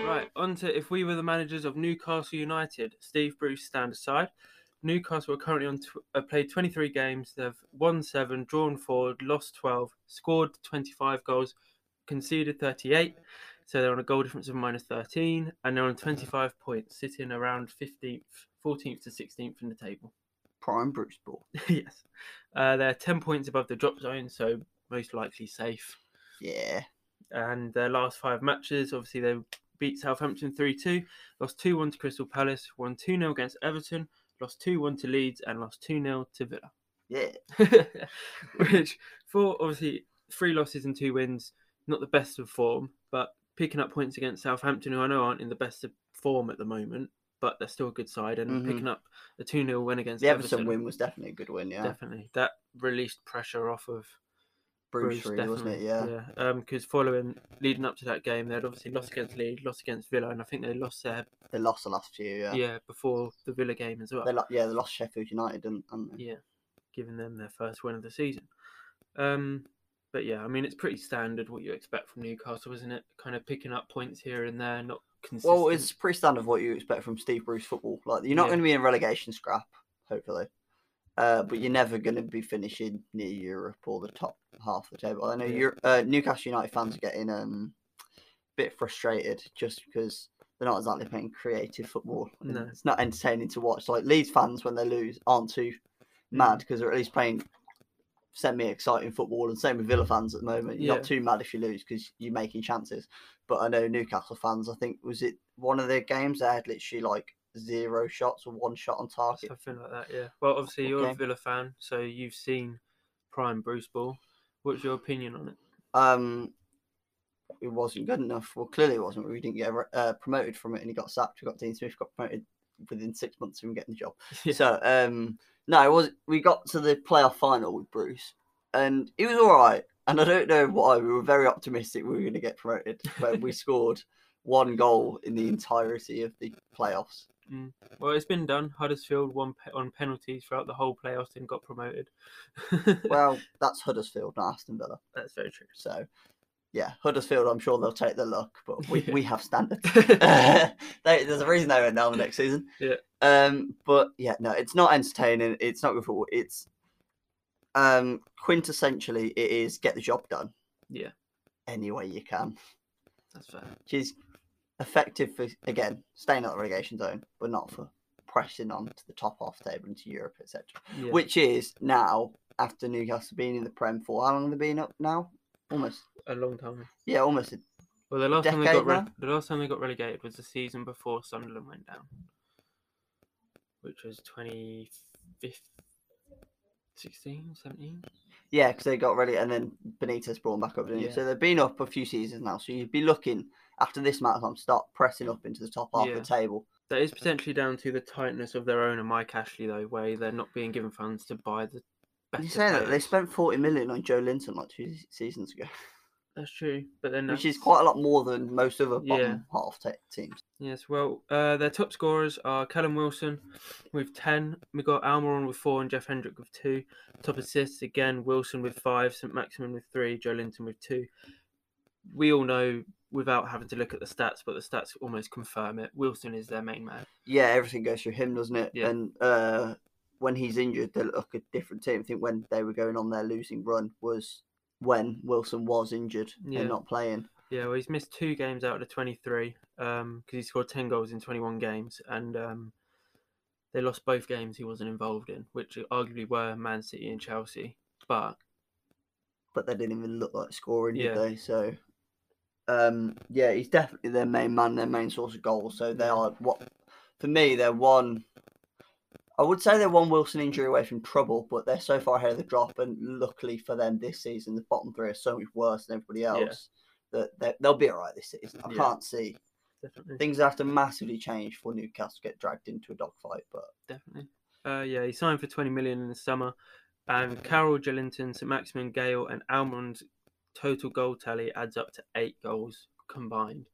Speaker 3: Right, on to if we were the managers of Newcastle United. Steve Bruce, stand aside. Newcastle are currently on tw- uh, played 23 games. They've won 7, drawn 4, lost 12, scored 25 goals, conceded 38. So they're on a goal difference of minus 13, and they're on 25 points, sitting around 15th, 14th to 16th in the table.
Speaker 2: Prime Bruce ball.
Speaker 3: yes. Uh, they're 10 points above the drop zone, so most likely safe.
Speaker 2: Yeah,
Speaker 3: And their last five matches, obviously, they beat Southampton 3 2, lost 2 1 to Crystal Palace, won 2 0 against Everton, lost 2 1 to Leeds, and lost 2 0 to Villa.
Speaker 2: yeah.
Speaker 3: which for obviously three losses and two wins, not the best of form, but picking up points against Southampton, who I know aren't in the best of form at the moment, but they're still a good side. And
Speaker 2: Mhm.
Speaker 3: picking up a 2 0 win against
Speaker 2: The
Speaker 3: Everton,
Speaker 2: Everton, win was definitely a good win. Yeah,
Speaker 3: definitely that released pressure off of
Speaker 2: Bruce, really, wasn't it?
Speaker 3: definitely,
Speaker 2: Yeah.
Speaker 3: yeah. Because following leading up to that game, they'd obviously lost against Leeds, lost against Villa, and I think they lost their
Speaker 2: they lost the last few. Yeah,
Speaker 3: yeah, before the Villa game as well,
Speaker 2: they lo- yeah they lost Sheffield United, didn't, didn't they?
Speaker 3: yeah, giving them their first win of the season. Um, but yeah, I mean it's pretty standard what you expect from Newcastle, isn't it? Kind of picking up points here and there, not consistent.
Speaker 2: Well, it's pretty standard what you expect from Steve Bruce football. Like you're not
Speaker 3: Yeah.
Speaker 2: going to be in relegation scrap, hopefully, uh, but you're never going to be finishing near Europe or the top half of the table. I know
Speaker 3: Yeah.
Speaker 2: Euro- uh, Newcastle United fans are getting um, a bit frustrated just because they're not exactly playing creative football. and
Speaker 3: No.
Speaker 2: It's not entertaining to watch. Like Leeds fans when they lose aren't too
Speaker 3: Mm.
Speaker 2: mad because they're at least playing semi-exciting football and same with Villa fans at the moment. You're
Speaker 3: Yeah.
Speaker 2: not too mad if you lose because you're making chances. But I know Newcastle fans. I think was it one of their games they had literally like zero shots or one shot on target.
Speaker 3: something like that. Yeah. Well, obviously you're a
Speaker 2: Okay.
Speaker 3: Villa fan, so you've seen prime Bruce Ball. What's your opinion on it?
Speaker 2: Um, it wasn't good enough. Well, clearly it wasn't. We didn't get uh, promoted from it, and he got sacked. We got Dean Smith got promoted within six months of him getting the job.
Speaker 3: Yeah.
Speaker 2: So um, no, it was we got to the playoff final with Bruce, and it was all right. And I don't know why we were very optimistic we were going to get promoted, but we scored one goal in the entirety of the playoffs.
Speaker 3: Well, it's been done. Huddersfield won pe- on penalties throughout the whole playoffs and got promoted.
Speaker 2: Well, that's Huddersfield, not Aston Villa.
Speaker 3: that's very true.
Speaker 2: So yeah, Huddersfield, I'm sure they'll take the luck, but we,
Speaker 3: Yeah.
Speaker 2: we have standards. they, there's a reason they went down the next season.
Speaker 3: Yeah.
Speaker 2: Um, but yeah, no, it's not entertaining. It's not good football. It's um quintessentially it is get the job done.
Speaker 3: Yeah.
Speaker 2: Any way you can.
Speaker 3: That's fair.
Speaker 2: Which is effective for again, staying out of the relegation zone, but not for pressing on to the top half table into Europe, etc.
Speaker 3: Yeah.
Speaker 2: Which is now after Newcastle being in the Prem for how long have they been up now? Almost
Speaker 3: a long time.
Speaker 2: yeah, almost a
Speaker 3: Well, the last time they got
Speaker 2: decade
Speaker 3: re-
Speaker 2: now?
Speaker 3: the last time they got relegated was the season before Sunderland went down, which was 2016, 17.
Speaker 2: Yeah, because they got ready, and then Benitez brought them back up, didn't he?
Speaker 3: Yeah.
Speaker 2: So they've been up a few seasons now. So you'd be looking after this amount of time, start pressing up into the top half
Speaker 3: Yeah.
Speaker 2: of the table.
Speaker 3: That is potentially down to the tightness of their owner Mike Ashley, though, where they're not being given funds to buy the.
Speaker 2: You
Speaker 3: better
Speaker 2: say that they
Speaker 3: players.
Speaker 2: spent forty million on Joe Linton like two se- seasons ago,
Speaker 3: That's true, but then
Speaker 2: which is
Speaker 3: that's-
Speaker 2: quite a lot more than most other bottom
Speaker 3: Yeah.
Speaker 2: half te- teams.
Speaker 3: Yes, well, uh, their top scorers are Callum Wilson with 10, Miguel Almiron with 4, and Jeff Hendrick with 2. Top assists, again, Wilson with 5, St Maximin with 3, Joe Linton with 2. We all know, without having to look at the stats, but the stats almost confirm it, Wilson is their main man.
Speaker 2: Yeah, everything goes through him, doesn't it?
Speaker 3: Yeah.
Speaker 2: And uh, when he's injured, they look a different team. I think when they were going on their losing run was when Wilson was injured
Speaker 3: Yeah.
Speaker 2: and not playing.
Speaker 3: Yeah, well, he's missed two games out of the 23 because he scored 10 goals in 21 games, and um, they lost both games he wasn't involved in, which arguably were Man City and Chelsea. But
Speaker 2: but they didn't even look like scoring,
Speaker 3: Yeah.
Speaker 2: did they? So, um, yeah, he's definitely their main man, their main source of goals. So they are what for me they're one. I would say they're one Wilson injury away from trouble, but they're so far ahead of the drop, and luckily for them this season, the bottom three are so much worse than everybody
Speaker 3: Yeah.
Speaker 2: else that they, they'll be all right this season. I
Speaker 3: Yeah.
Speaker 2: can't see
Speaker 3: definitely.
Speaker 2: things have to massively change for Newcastle to get dragged into a dogfight, but
Speaker 3: definitely. Uh, yeah, he signed for 20 million in the summer, and Carroll, Gillinton, St Maximin, Gale, and Almond's total goal tally adds up to eight goals combined,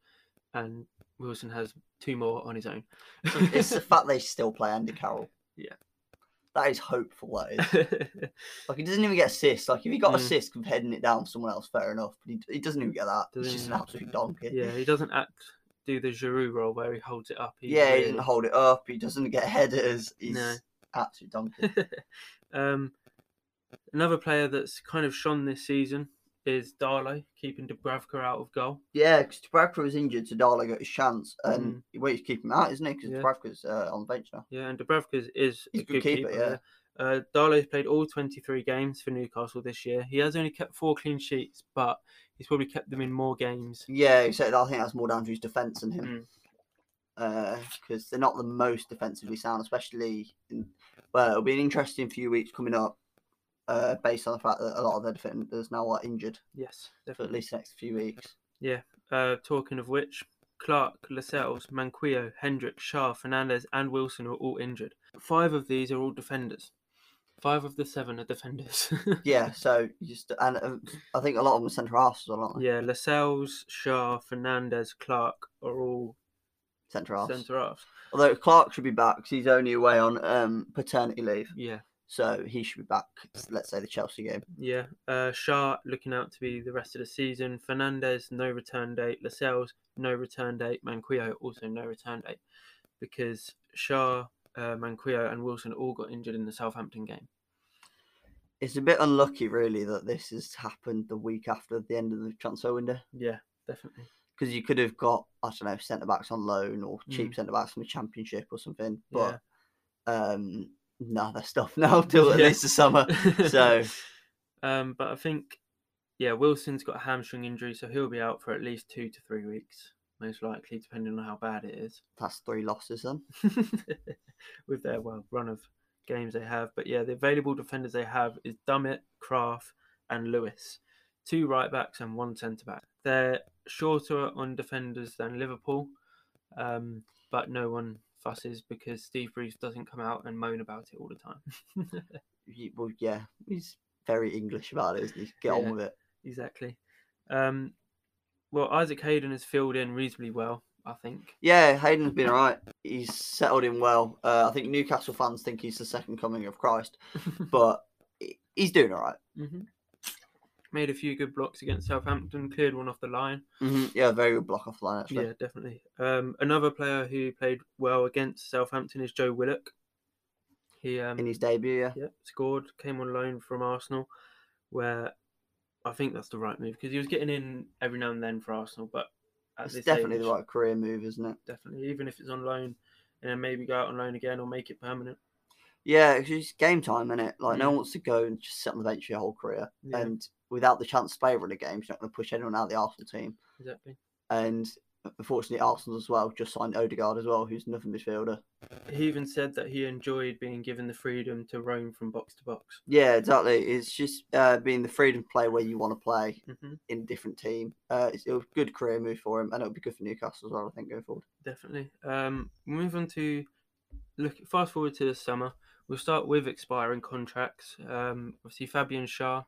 Speaker 3: and Wilson has two more on his own.
Speaker 2: it's the fact they still play Andy Carroll.
Speaker 3: Yeah.
Speaker 2: that is hopeful. That is. Like he doesn't even get assists. Like if he got
Speaker 3: Mm.
Speaker 2: assists compared heading it down for someone else, fair enough. But he, he doesn't even get that.
Speaker 3: Doesn't
Speaker 2: He's just an
Speaker 3: even-
Speaker 2: absolute donkey.
Speaker 3: yeah, he doesn't act do the Giroud role where he holds it up. He's
Speaker 2: yeah, he
Speaker 3: really-
Speaker 2: doesn't hold it up. He doesn't get headers. He's
Speaker 3: No.
Speaker 2: absolute donkey.
Speaker 3: um, another player that's kind of shone this season is Darlow, keeping Dubravka out of goal.
Speaker 2: yeah, because Dubravka was injured, so Darla got his chance, and he wait to keep him out, isn't he? Because
Speaker 3: Mm. Yeah.
Speaker 2: Dubravka's uh, on the bench now.
Speaker 3: Yeah, and Dubravka is, is
Speaker 2: He's a good keeper, yeah.
Speaker 3: Uh, Darlow's played all 23 games for Newcastle this year. He has only kept four clean sheets, but he's probably kept them in more games.
Speaker 2: Yeah, except I think that's more down to his defence than him.
Speaker 3: Mm.
Speaker 2: Because they're not the most defensively sound, especially. In, well, it'll be an interesting few weeks coming up, uh, based on the fact that a lot of their defenders now are injured
Speaker 3: Yes,
Speaker 2: for at
Speaker 3: definitely.
Speaker 2: least the next few weeks.
Speaker 3: Uh, talking of which, Clark, Lascelles, Manquillo, Hendrick, Shah, Fernandez, and Wilson were all injured. Five of these are all defenders. Five of the seven are defenders.
Speaker 2: Yeah, so you just and um, I think a lot of them are centre halves, aren't they?
Speaker 3: yeah, Lascelles, Shah, Fernandez, Clark are all
Speaker 2: Centre halves.
Speaker 3: centre halves.
Speaker 2: Although Clark should be back 'cause he's only away on um, paternity leave,
Speaker 3: Yeah,
Speaker 2: so he should be back. Let's say the Chelsea game.
Speaker 3: yeah. Uh, Shah looking out to be the rest of the season. Fernandez, no return date. Lascelles, no return date. Manquillo, also no return date. Because Shah, uh, Manquillo, and Wilson all got injured in the Southampton game.
Speaker 2: It's a bit unlucky, really, that this has happened the week after the end of the transfer window
Speaker 3: Yeah, definitely.
Speaker 2: because you could have got I don't know centre backs on loan or
Speaker 3: Hmm.
Speaker 2: cheap centre backs from the Championship or something. But um, no, they're stuff now till at
Speaker 3: Yeah.
Speaker 2: least the summer. so
Speaker 3: um, but I think, yeah, Wilson's got a hamstring injury, so he'll be out for at least two to three weeks, most likely, depending on how bad it is.
Speaker 2: that's three losses then.
Speaker 3: with their well run of games they have. But yeah, the available defenders they have is Dummett, Kraft, and Lewis. Two right backs and one centre back. They're shorter on defenders than Liverpool, um, but no one fusses because Steve Bruce doesn't come out and moan about it all the time.
Speaker 2: Ye- Well, yeah, he's very English about it, isn't he? Get
Speaker 3: Yeah.
Speaker 2: on with it.
Speaker 3: exactly. Um, well, Isaac Hayden has filled in reasonably well, I think.
Speaker 2: Yeah, Hayden's been alright. He's settled in well. Uh, I think Newcastle fans think he's the second coming of Christ, but he- he's doing alright.
Speaker 3: hmm Made a few good blocks against Southampton, cleared one off the line.
Speaker 2: Mhm, Yeah, very good block off the line actually.
Speaker 3: Mm-hmm. Yeah, definitely. Um, another player who played well against Southampton is Joe Willock. He um,
Speaker 2: In his debut, yeah.
Speaker 3: yeah, scored, came on loan from Arsenal, where I think that's the right move because he was getting in every now and then for Arsenal, but at
Speaker 2: It's
Speaker 3: this
Speaker 2: definitely
Speaker 3: age,
Speaker 2: the right career move, isn't it?
Speaker 3: Definitely, even if it's on loan, and then maybe go out on loan again or make it permanent.
Speaker 2: Yeah, 'cause it's game time, is it? Like no
Speaker 3: Yeah.
Speaker 2: one wants to go and just sit on the bench your whole career,
Speaker 3: Mm. Yeah.
Speaker 2: and without the chance to play in the games, you're not going to push anyone out of the Arsenal team.
Speaker 3: Exactly.
Speaker 2: And unfortunately, Arsenal as well just signed Odegaard as well, who's another midfielder.
Speaker 3: He even said that he enjoyed being given the freedom to roam from box to box.
Speaker 2: Yeah, exactly. It's just uh, being the freedom to play where you want to play
Speaker 3: hmm
Speaker 2: in a different team. Uh, it's, it was a good career move for him, and it'll be good for Newcastle as well. I think going forward.
Speaker 3: Definitely. Um, we'll move on to look fast forward to the summer. We'll start with expiring contracts. Um, obviously, Fabian Shah,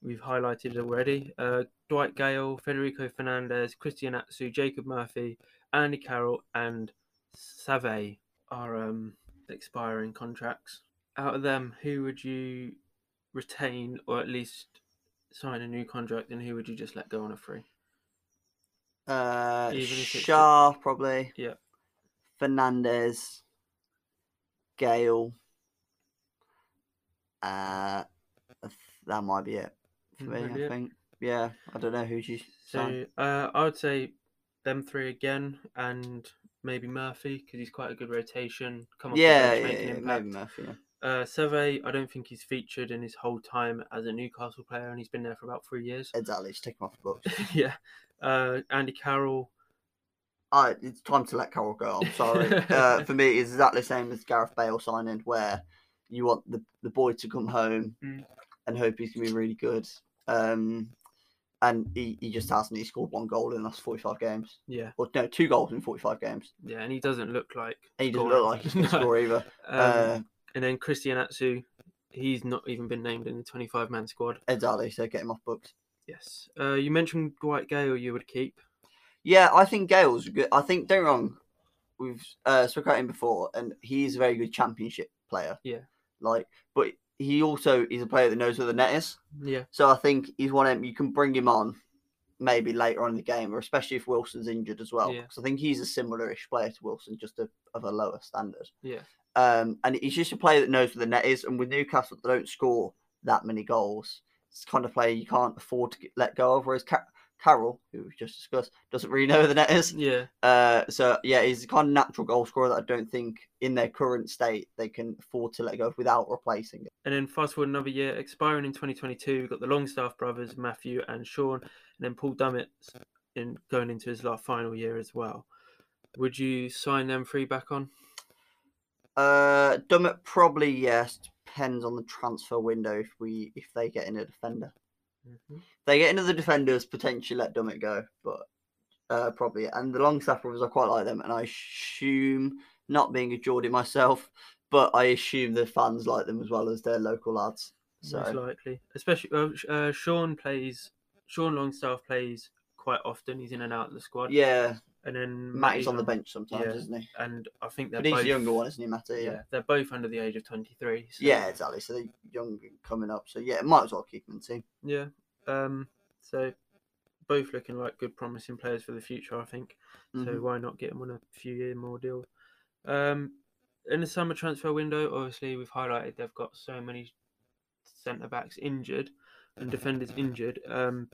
Speaker 3: we've highlighted already. Uh, Dwight Gale, Federico Fernandez, Christian Atsu, Jacob Murphy, Andy Carroll, and Save are um, expiring contracts. Out of them, who would you retain or at least sign a new contract, and who would you just let go on a free?
Speaker 2: Uh,
Speaker 3: Even if it's a-
Speaker 2: Shah Uh, probably.
Speaker 3: Yeah.
Speaker 2: Fernandez, Gale. Uh, that might be it for
Speaker 3: Mm,
Speaker 2: me.
Speaker 3: maybe
Speaker 2: I
Speaker 3: it.
Speaker 2: think. Yeah, I don't know who you.
Speaker 3: So uh, I would say them three again, and maybe Murphy because he's quite a good rotation. Come off the
Speaker 2: yeah, yeah,
Speaker 3: bench, make an
Speaker 2: yeah,
Speaker 3: impact.
Speaker 2: maybe Murphy. yeah.
Speaker 3: Uh, Seve, I don't think he's featured in his whole time as a Newcastle player, and he's been there for about three years.
Speaker 2: Exactly, just take him off the books.
Speaker 3: yeah, uh, Andy Carroll.
Speaker 2: All right, it's time to let Carroll go. I'm sorry. uh, for me, it's exactly the same as Gareth Bale signing, where you want the, the boy to come home
Speaker 3: Mm.
Speaker 2: and hope he's going to be really good. Um, and he, he just hasn't. He scored one goal in the last 45 games.
Speaker 3: Yeah,
Speaker 2: Or no, two goals in 45 games.
Speaker 3: yeah, and he doesn't look like.
Speaker 2: And he doesn't
Speaker 3: scoring.
Speaker 2: look like he's going to
Speaker 3: No.
Speaker 2: score either.
Speaker 3: Um,
Speaker 2: uh,
Speaker 3: and then Christian Atsu, he's not even been named in the twenty-five man squad.
Speaker 2: exactly, so get him off books.
Speaker 3: Yes, uh, you mentioned Dwight Gale. You would keep.
Speaker 2: Yeah, I think Gale's a good. I think, don't get me wrong, we've uh, spoke about him before, and he is a very good championship player.
Speaker 3: Yeah.
Speaker 2: Like, but he also is a player that knows where the net is.
Speaker 3: Yeah,
Speaker 2: So I think he's one of them you can bring him on maybe later on in the game, or especially if Wilson's injured as well.
Speaker 3: Yeah.
Speaker 2: Because I think he's a similar-ish player to Wilson, just a, of a lower standard.
Speaker 3: Yeah.
Speaker 2: Um, and he's just a player that knows where the net is. And with Newcastle, they don't score that many goals. It's the kind of player you can't afford to get, let go of. Whereas Ca- Carroll, who we just discussed, doesn't really know where the net is.
Speaker 3: yeah,
Speaker 2: Uh, so yeah, he's the kind of natural goal scorer that I don't think in their current state they can afford to let go of without replacing it.
Speaker 3: And then fast forward another year, expiring in 2022, we've got the Longstaff brothers, Matthew and Sean, and then Paul Dummett in going into his last final year as well. Would you sign them three back on?
Speaker 2: Uh, Dummett probably yes. Depends on the transfer window if we if they Mm-hmm. get in a defender. If they get into the defenders, potentially let Dummett go. But uh, probably. And the long sufferers, I quite like them, and I assume, not being a Geordie myself, but I assume the fans like them as well as their local lads. So
Speaker 3: Most likely, especially uh, Sh- uh, Sean plays. Sean Longstaff plays quite often. He's in and out of the squad.
Speaker 2: yeah,
Speaker 3: and then
Speaker 2: Matty's
Speaker 3: Matty-
Speaker 2: on the bench sometimes,
Speaker 3: yeah.
Speaker 2: isn't he?
Speaker 3: and I think they're
Speaker 2: But he's
Speaker 3: both
Speaker 2: the younger one, isn't he, Matty?
Speaker 3: Yeah.
Speaker 2: Yeah.
Speaker 3: they're both under the age of twenty-three. So,
Speaker 2: Yeah, exactly. So they're young and coming up. So yeah, might as well keep them in the team.
Speaker 3: yeah. Um, so both looking like good, promising players for the future. I think. So
Speaker 2: Mhm.
Speaker 3: why not get him on a few year more deal? Um, in the summer transfer window, obviously we've highlighted they've got so many centre backs injured and defenders injured. Um,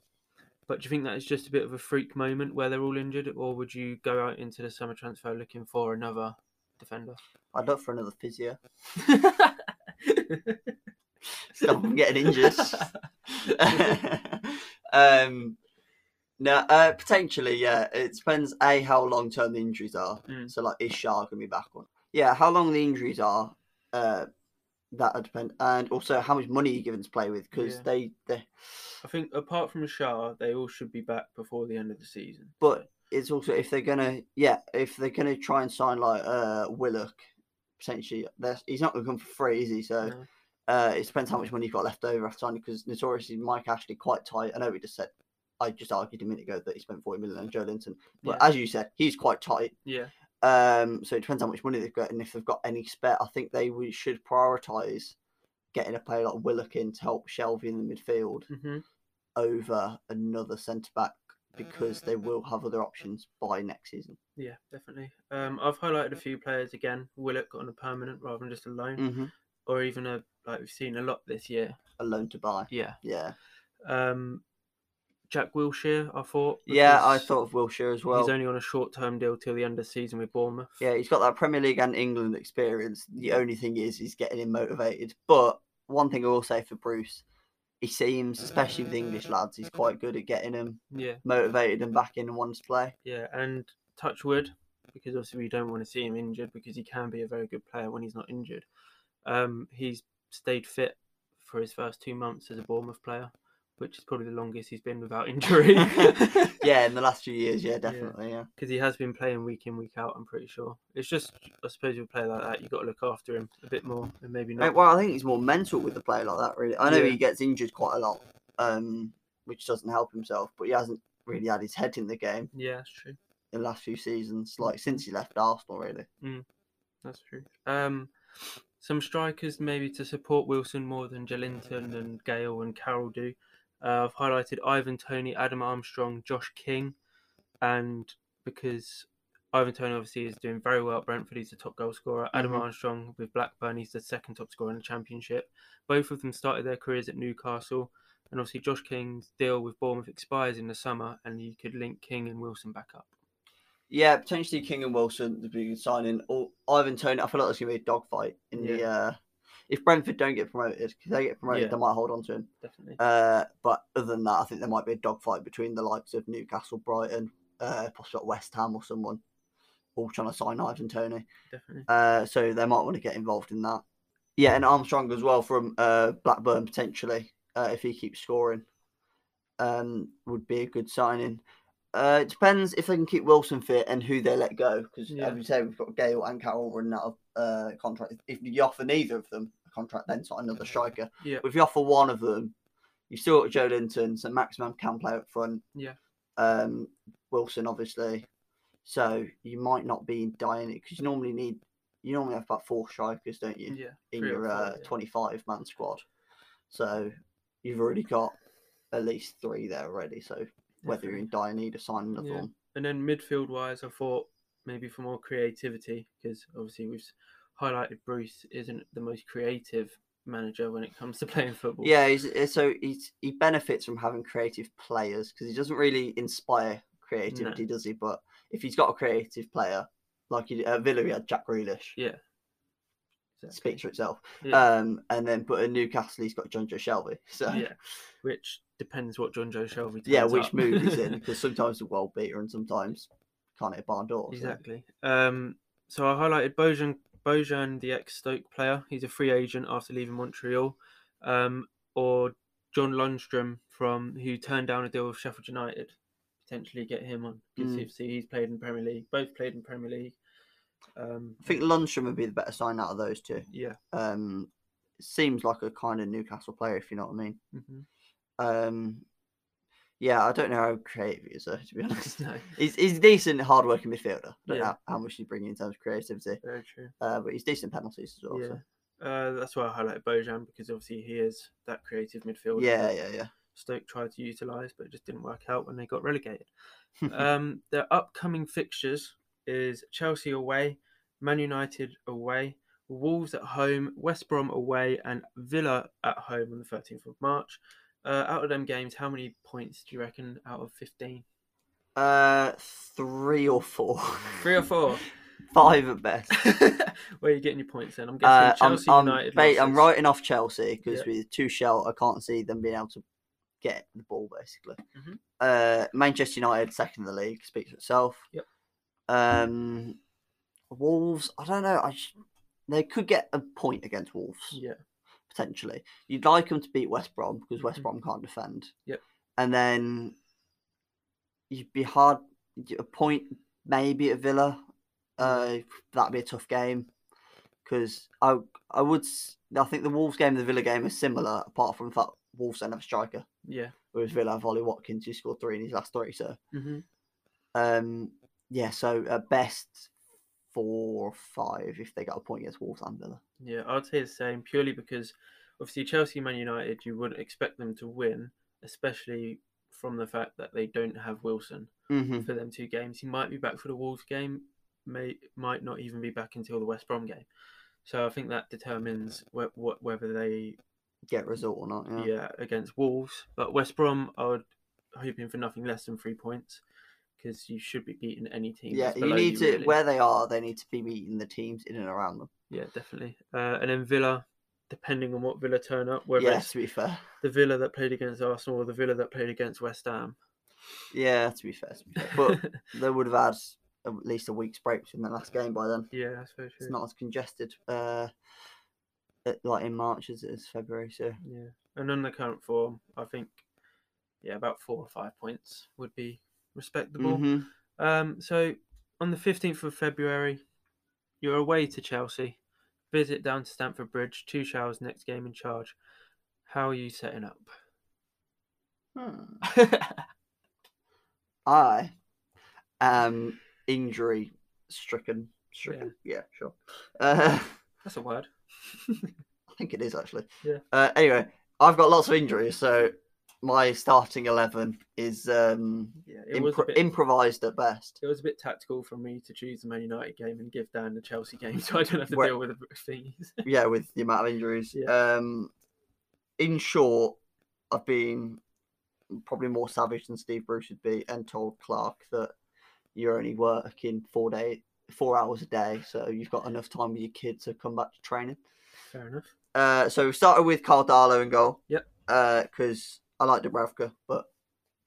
Speaker 3: but do you think that is just a bit of a freak moment where they're all injured, or would you go out into the summer transfer looking for another defender?
Speaker 2: I'd look for another physio. Stop them getting injured. um, no, uh, potentially, yeah. It depends a how long term the injuries are.
Speaker 3: Mm.
Speaker 2: So like, is Shah gonna be back on? Yeah, how long the injuries are. Uh, that'll depend, and also how much money you're given to play with, because
Speaker 3: Yeah.
Speaker 2: they, they.
Speaker 3: I think apart from Shah, they all should be back before the end of the season.
Speaker 2: But it's also if they're gonna, yeah, if they're gonna try and sign like uh Willock, potentially, that's he's not gonna come for free, is he? So.
Speaker 3: No.
Speaker 2: Uh, it depends how much money you've got left over after signing because notoriously Mike Ashley quite tight. I know we just said, I just argued a minute ago that he spent 40 million on Joe Linton, but
Speaker 3: Yeah.
Speaker 2: as you said, he's quite tight.
Speaker 3: yeah,
Speaker 2: Um, so it depends how much money they've got and if they've got any spare. I think they we should prioritise getting a player like Willock in to help Shelby in the midfield
Speaker 3: hmm
Speaker 2: over another centre back because they
Speaker 3: Mm-hmm.
Speaker 2: will have other options by next season.
Speaker 3: yeah, definitely. Um, I've highlighted a few players again. Willock on a permanent rather than just a loan.
Speaker 2: Mm-hmm.
Speaker 3: or even a like we've seen a lot this year.
Speaker 2: A loan to buy.
Speaker 3: Yeah.
Speaker 2: Yeah,
Speaker 3: Um, Jack Wilshire, I thought.
Speaker 2: yeah. I
Speaker 3: because
Speaker 2: thought of Wilshire as well.
Speaker 3: he's only on a short-term deal till the end of season with Bournemouth.
Speaker 2: Yeah, he's got that Premier League and England experience. The only thing is, he's getting him motivated. But one thing I will say for Bruce, he seems, especially with the English lads, he's quite good at getting them
Speaker 3: yeah,
Speaker 2: motivated and back in and wanting to play.
Speaker 3: yeah, and Touchwood because obviously we don't want to see him injured because he can be a very good player when he's not injured. Um, he's stayed fit for his first two months as a Bournemouth player, which is probably the longest he's been without injury.
Speaker 2: Yeah, in the last few years, yeah, definitely. Yeah,
Speaker 3: because he has been playing week in week out. I'm pretty sure. It's just I suppose with a player like that, you have got to look after him a bit more and maybe
Speaker 2: Uh,
Speaker 3: not.
Speaker 2: well, I think he's more mental with the player like that. Really, I know
Speaker 3: Yeah.
Speaker 2: he gets injured quite a lot, um, which doesn't help himself. But he hasn't really had his head in the game
Speaker 3: Yeah, that's true.
Speaker 2: in the last few seasons, like since he left Arsenal. Really,
Speaker 3: That's true. Um, some strikers maybe to support Wilson more than Jelinton and Gale and Carroll do. Uh, I've highlighted Ivan Tony, Adam Armstrong, Josh King, and because Ivan Tony obviously is doing very well at Brentford, he's the top goal scorer. Adam
Speaker 2: Mhm.
Speaker 3: Armstrong with Blackburn, he's the second top scorer in the Championship. Both of them started their careers at Newcastle, and obviously Josh King's deal with Bournemouth expires in the summer, and you could link King and Wilson back up.
Speaker 2: Yeah, potentially King and Wilson would be a good signing. Or Ivan Tony, I feel like there's gonna be a dogfight in the. Uh, if Brentford don't get promoted, because they get promoted,
Speaker 3: Yeah.
Speaker 2: they might hold on to him.
Speaker 3: Definitely.
Speaker 2: Uh, but other than that, I think there might be a dogfight between the likes of Newcastle, Brighton, uh, possibly like West Ham or someone, all trying to sign Ivan Tony.
Speaker 3: Definitely.
Speaker 2: Uh, so they might want to get involved in that. Yeah, and Armstrong as well from uh, Blackburn potentially uh, if he keeps scoring, um, would be a good signing. Uh, it depends if they can keep Wilson fit and who they let go because
Speaker 3: Yeah.
Speaker 2: as we say we've got Gale and Carroll running out of uh, contract. If you offer neither of them a contract, then sign another striker.
Speaker 3: Yeah.
Speaker 2: But if you offer one of them, you still got Joe Linton, so maximum can play up front.
Speaker 3: Yeah.
Speaker 2: Um, Wilson obviously, so you might not be dying because you normally need you normally have about four strikers, don't you?
Speaker 3: Yeah.
Speaker 2: in
Speaker 3: Three or
Speaker 2: your
Speaker 3: four,
Speaker 2: uh,
Speaker 3: yeah.
Speaker 2: 25 man squad. So you've already got at least three there already. So whether you're
Speaker 3: definitely.
Speaker 2: in dire need of signing another
Speaker 3: Yeah.
Speaker 2: one.
Speaker 3: And then midfield wise, I thought maybe for more creativity because obviously we've s- highlighted Bruce isn't the most creative manager when it comes to playing football.
Speaker 2: Yeah, he's, uh, so he's, he benefits from having creative players because he doesn't really inspire creativity, does he? But if he's got a creative player, like he, uh, Villa, he had Jack Grealish,
Speaker 3: Yeah. Exactly.
Speaker 2: speaks for itself.
Speaker 3: Yeah.
Speaker 2: Um, and then, but at Newcastle, he's got John Joe Shelby. So yeah,
Speaker 3: Yeah. Which depends what John Joe Shelby. turns
Speaker 2: which
Speaker 3: up.
Speaker 2: mood he's in because sometimes a world beater and sometimes can't hit a barn door. so-
Speaker 3: Exactly. Um, so I highlighted Bojan, Bojan, the ex Stoke player. He's a free agent after leaving Montreal. Um, or John Lundstrom from who turned down a deal with Sheffield United. potentially get him on because
Speaker 2: Mm.
Speaker 3: obviously he's played in Premier League. Both played in Premier League. Um,
Speaker 2: I think Lundstrom would be the better sign out of those two.
Speaker 3: yeah.
Speaker 2: Um, seems like a kind of Newcastle player, if you know what I mean.
Speaker 3: hmm
Speaker 2: Um, yeah, I don't know how creative he is, though, to be honest.
Speaker 3: no,
Speaker 2: He's, he's decent, hard-working midfielder. I don't know
Speaker 3: Yeah.
Speaker 2: how, how much he's bringing in terms of creativity,
Speaker 3: very true.
Speaker 2: uh, but he's decent penalties as well.
Speaker 3: yeah.
Speaker 2: so-
Speaker 3: Uh, that's why I highlight Bojan because obviously he is that creative midfielder.
Speaker 2: Yeah,
Speaker 3: that
Speaker 2: yeah, yeah.
Speaker 3: Stoke tried to utilise, but it just didn't work out when they got relegated. um, their upcoming fixtures is Chelsea away, Man United away, Wolves at home, West Brom away, and Villa at home on the 13th of March. Uh, out of them games, how many points do you reckon out of 15?
Speaker 2: Uh, three or four,
Speaker 3: Three or
Speaker 2: Hmm.
Speaker 3: four?
Speaker 2: five at best.
Speaker 3: Where are you getting your points then? I'm guessing
Speaker 2: Uh, I'm,
Speaker 3: Chelsea
Speaker 2: I'm,
Speaker 3: United.
Speaker 2: ba-
Speaker 3: lost
Speaker 2: I'm
Speaker 3: six.
Speaker 2: writing off Chelsea because
Speaker 3: Yeah.
Speaker 2: with two shell, I can't see them being able to get the ball basically.
Speaker 3: Mhm.
Speaker 2: Uh, Manchester United second in the league speaks for itself.
Speaker 3: Yep.
Speaker 2: Um, Wolves. I don't know. I sh- they could get a point against Wolves
Speaker 3: Yeah.
Speaker 2: potentially. You'd like them to beat West Brom because West
Speaker 3: Mhm.
Speaker 2: Brom can't defend.
Speaker 3: Yep.
Speaker 2: And then you'd be hard a point maybe at Villa. Uh, that'd be a tough game because I I would s- I think the Wolves game and the Villa game are similar apart from the fact Wolves don't have a striker
Speaker 3: Yeah.
Speaker 2: whereas Villa have Ollie Watkins who scored three in his last three. So
Speaker 3: hmm
Speaker 2: um yeah, so at best four or five if they got a point against Wolves and Villa.
Speaker 3: Yeah, I'd say the same purely because obviously Chelsea, Man United, you wouldn't expect them to win, especially from the fact that they don't have Wilson
Speaker 2: Mm-hmm.
Speaker 3: for them two games. He might be back for the Wolves game, may might not even be back until the West Brom game. So I think that determines wh- wh- whether they
Speaker 2: Get a result or not?
Speaker 3: yeah. against Wolves. But West Brom are hoping for nothing less than three points because you should be beating any team.
Speaker 2: Yeah,
Speaker 3: that's
Speaker 2: you
Speaker 3: below
Speaker 2: need to
Speaker 3: really.
Speaker 2: where they are. They need to be meeting the teams in and around them.
Speaker 3: Yeah, definitely. Uh, and then Villa, depending on what Villa turn up, whether
Speaker 2: yeah,
Speaker 3: it's
Speaker 2: to be fair.
Speaker 3: the Villa that played against Arsenal or the Villa that played against West Ham.
Speaker 2: Yeah, to be fair. To be fair. But they would have had at least a week's break from the last game by then.
Speaker 3: yeah, that's very true.
Speaker 2: It's not as congested, uh, at- like in March as it is February. So
Speaker 3: Yeah, and on the current form, I think yeah, about four or five points would be respectable.
Speaker 2: Mhm.
Speaker 3: Um, so on the fifteenth of February, you're away to Chelsea. Visit down to Stamford Bridge. Two showers next game in charge. How are you setting up?
Speaker 2: Hmm. I am injury stricken. Stricken. Yeah, sure. Uh,
Speaker 3: That's a word.
Speaker 2: I think it is actually.
Speaker 3: Yeah.
Speaker 2: Uh, anyway, I've got lots of injuries, so my starting eleven is um
Speaker 3: Yeah, it was a
Speaker 2: impro-
Speaker 3: bit.
Speaker 2: improvised at best.
Speaker 3: it was a bit tactical for me to choose the Man United game and give Dan the Chelsea game, so I don't have to
Speaker 2: Well-
Speaker 3: deal with the things.
Speaker 2: Yeah, with the amount of injuries.
Speaker 3: Yeah.
Speaker 2: Um, in short, I've been probably more savage than Steve Bruce would be, and told Clark that you're only working four day, four hours a day, so you've got enough time with your kid to come back to training.
Speaker 3: Fair enough.
Speaker 2: Uh, so we started with Carl Darlow in goal.
Speaker 3: Yep.
Speaker 2: Because I like Dubravka, but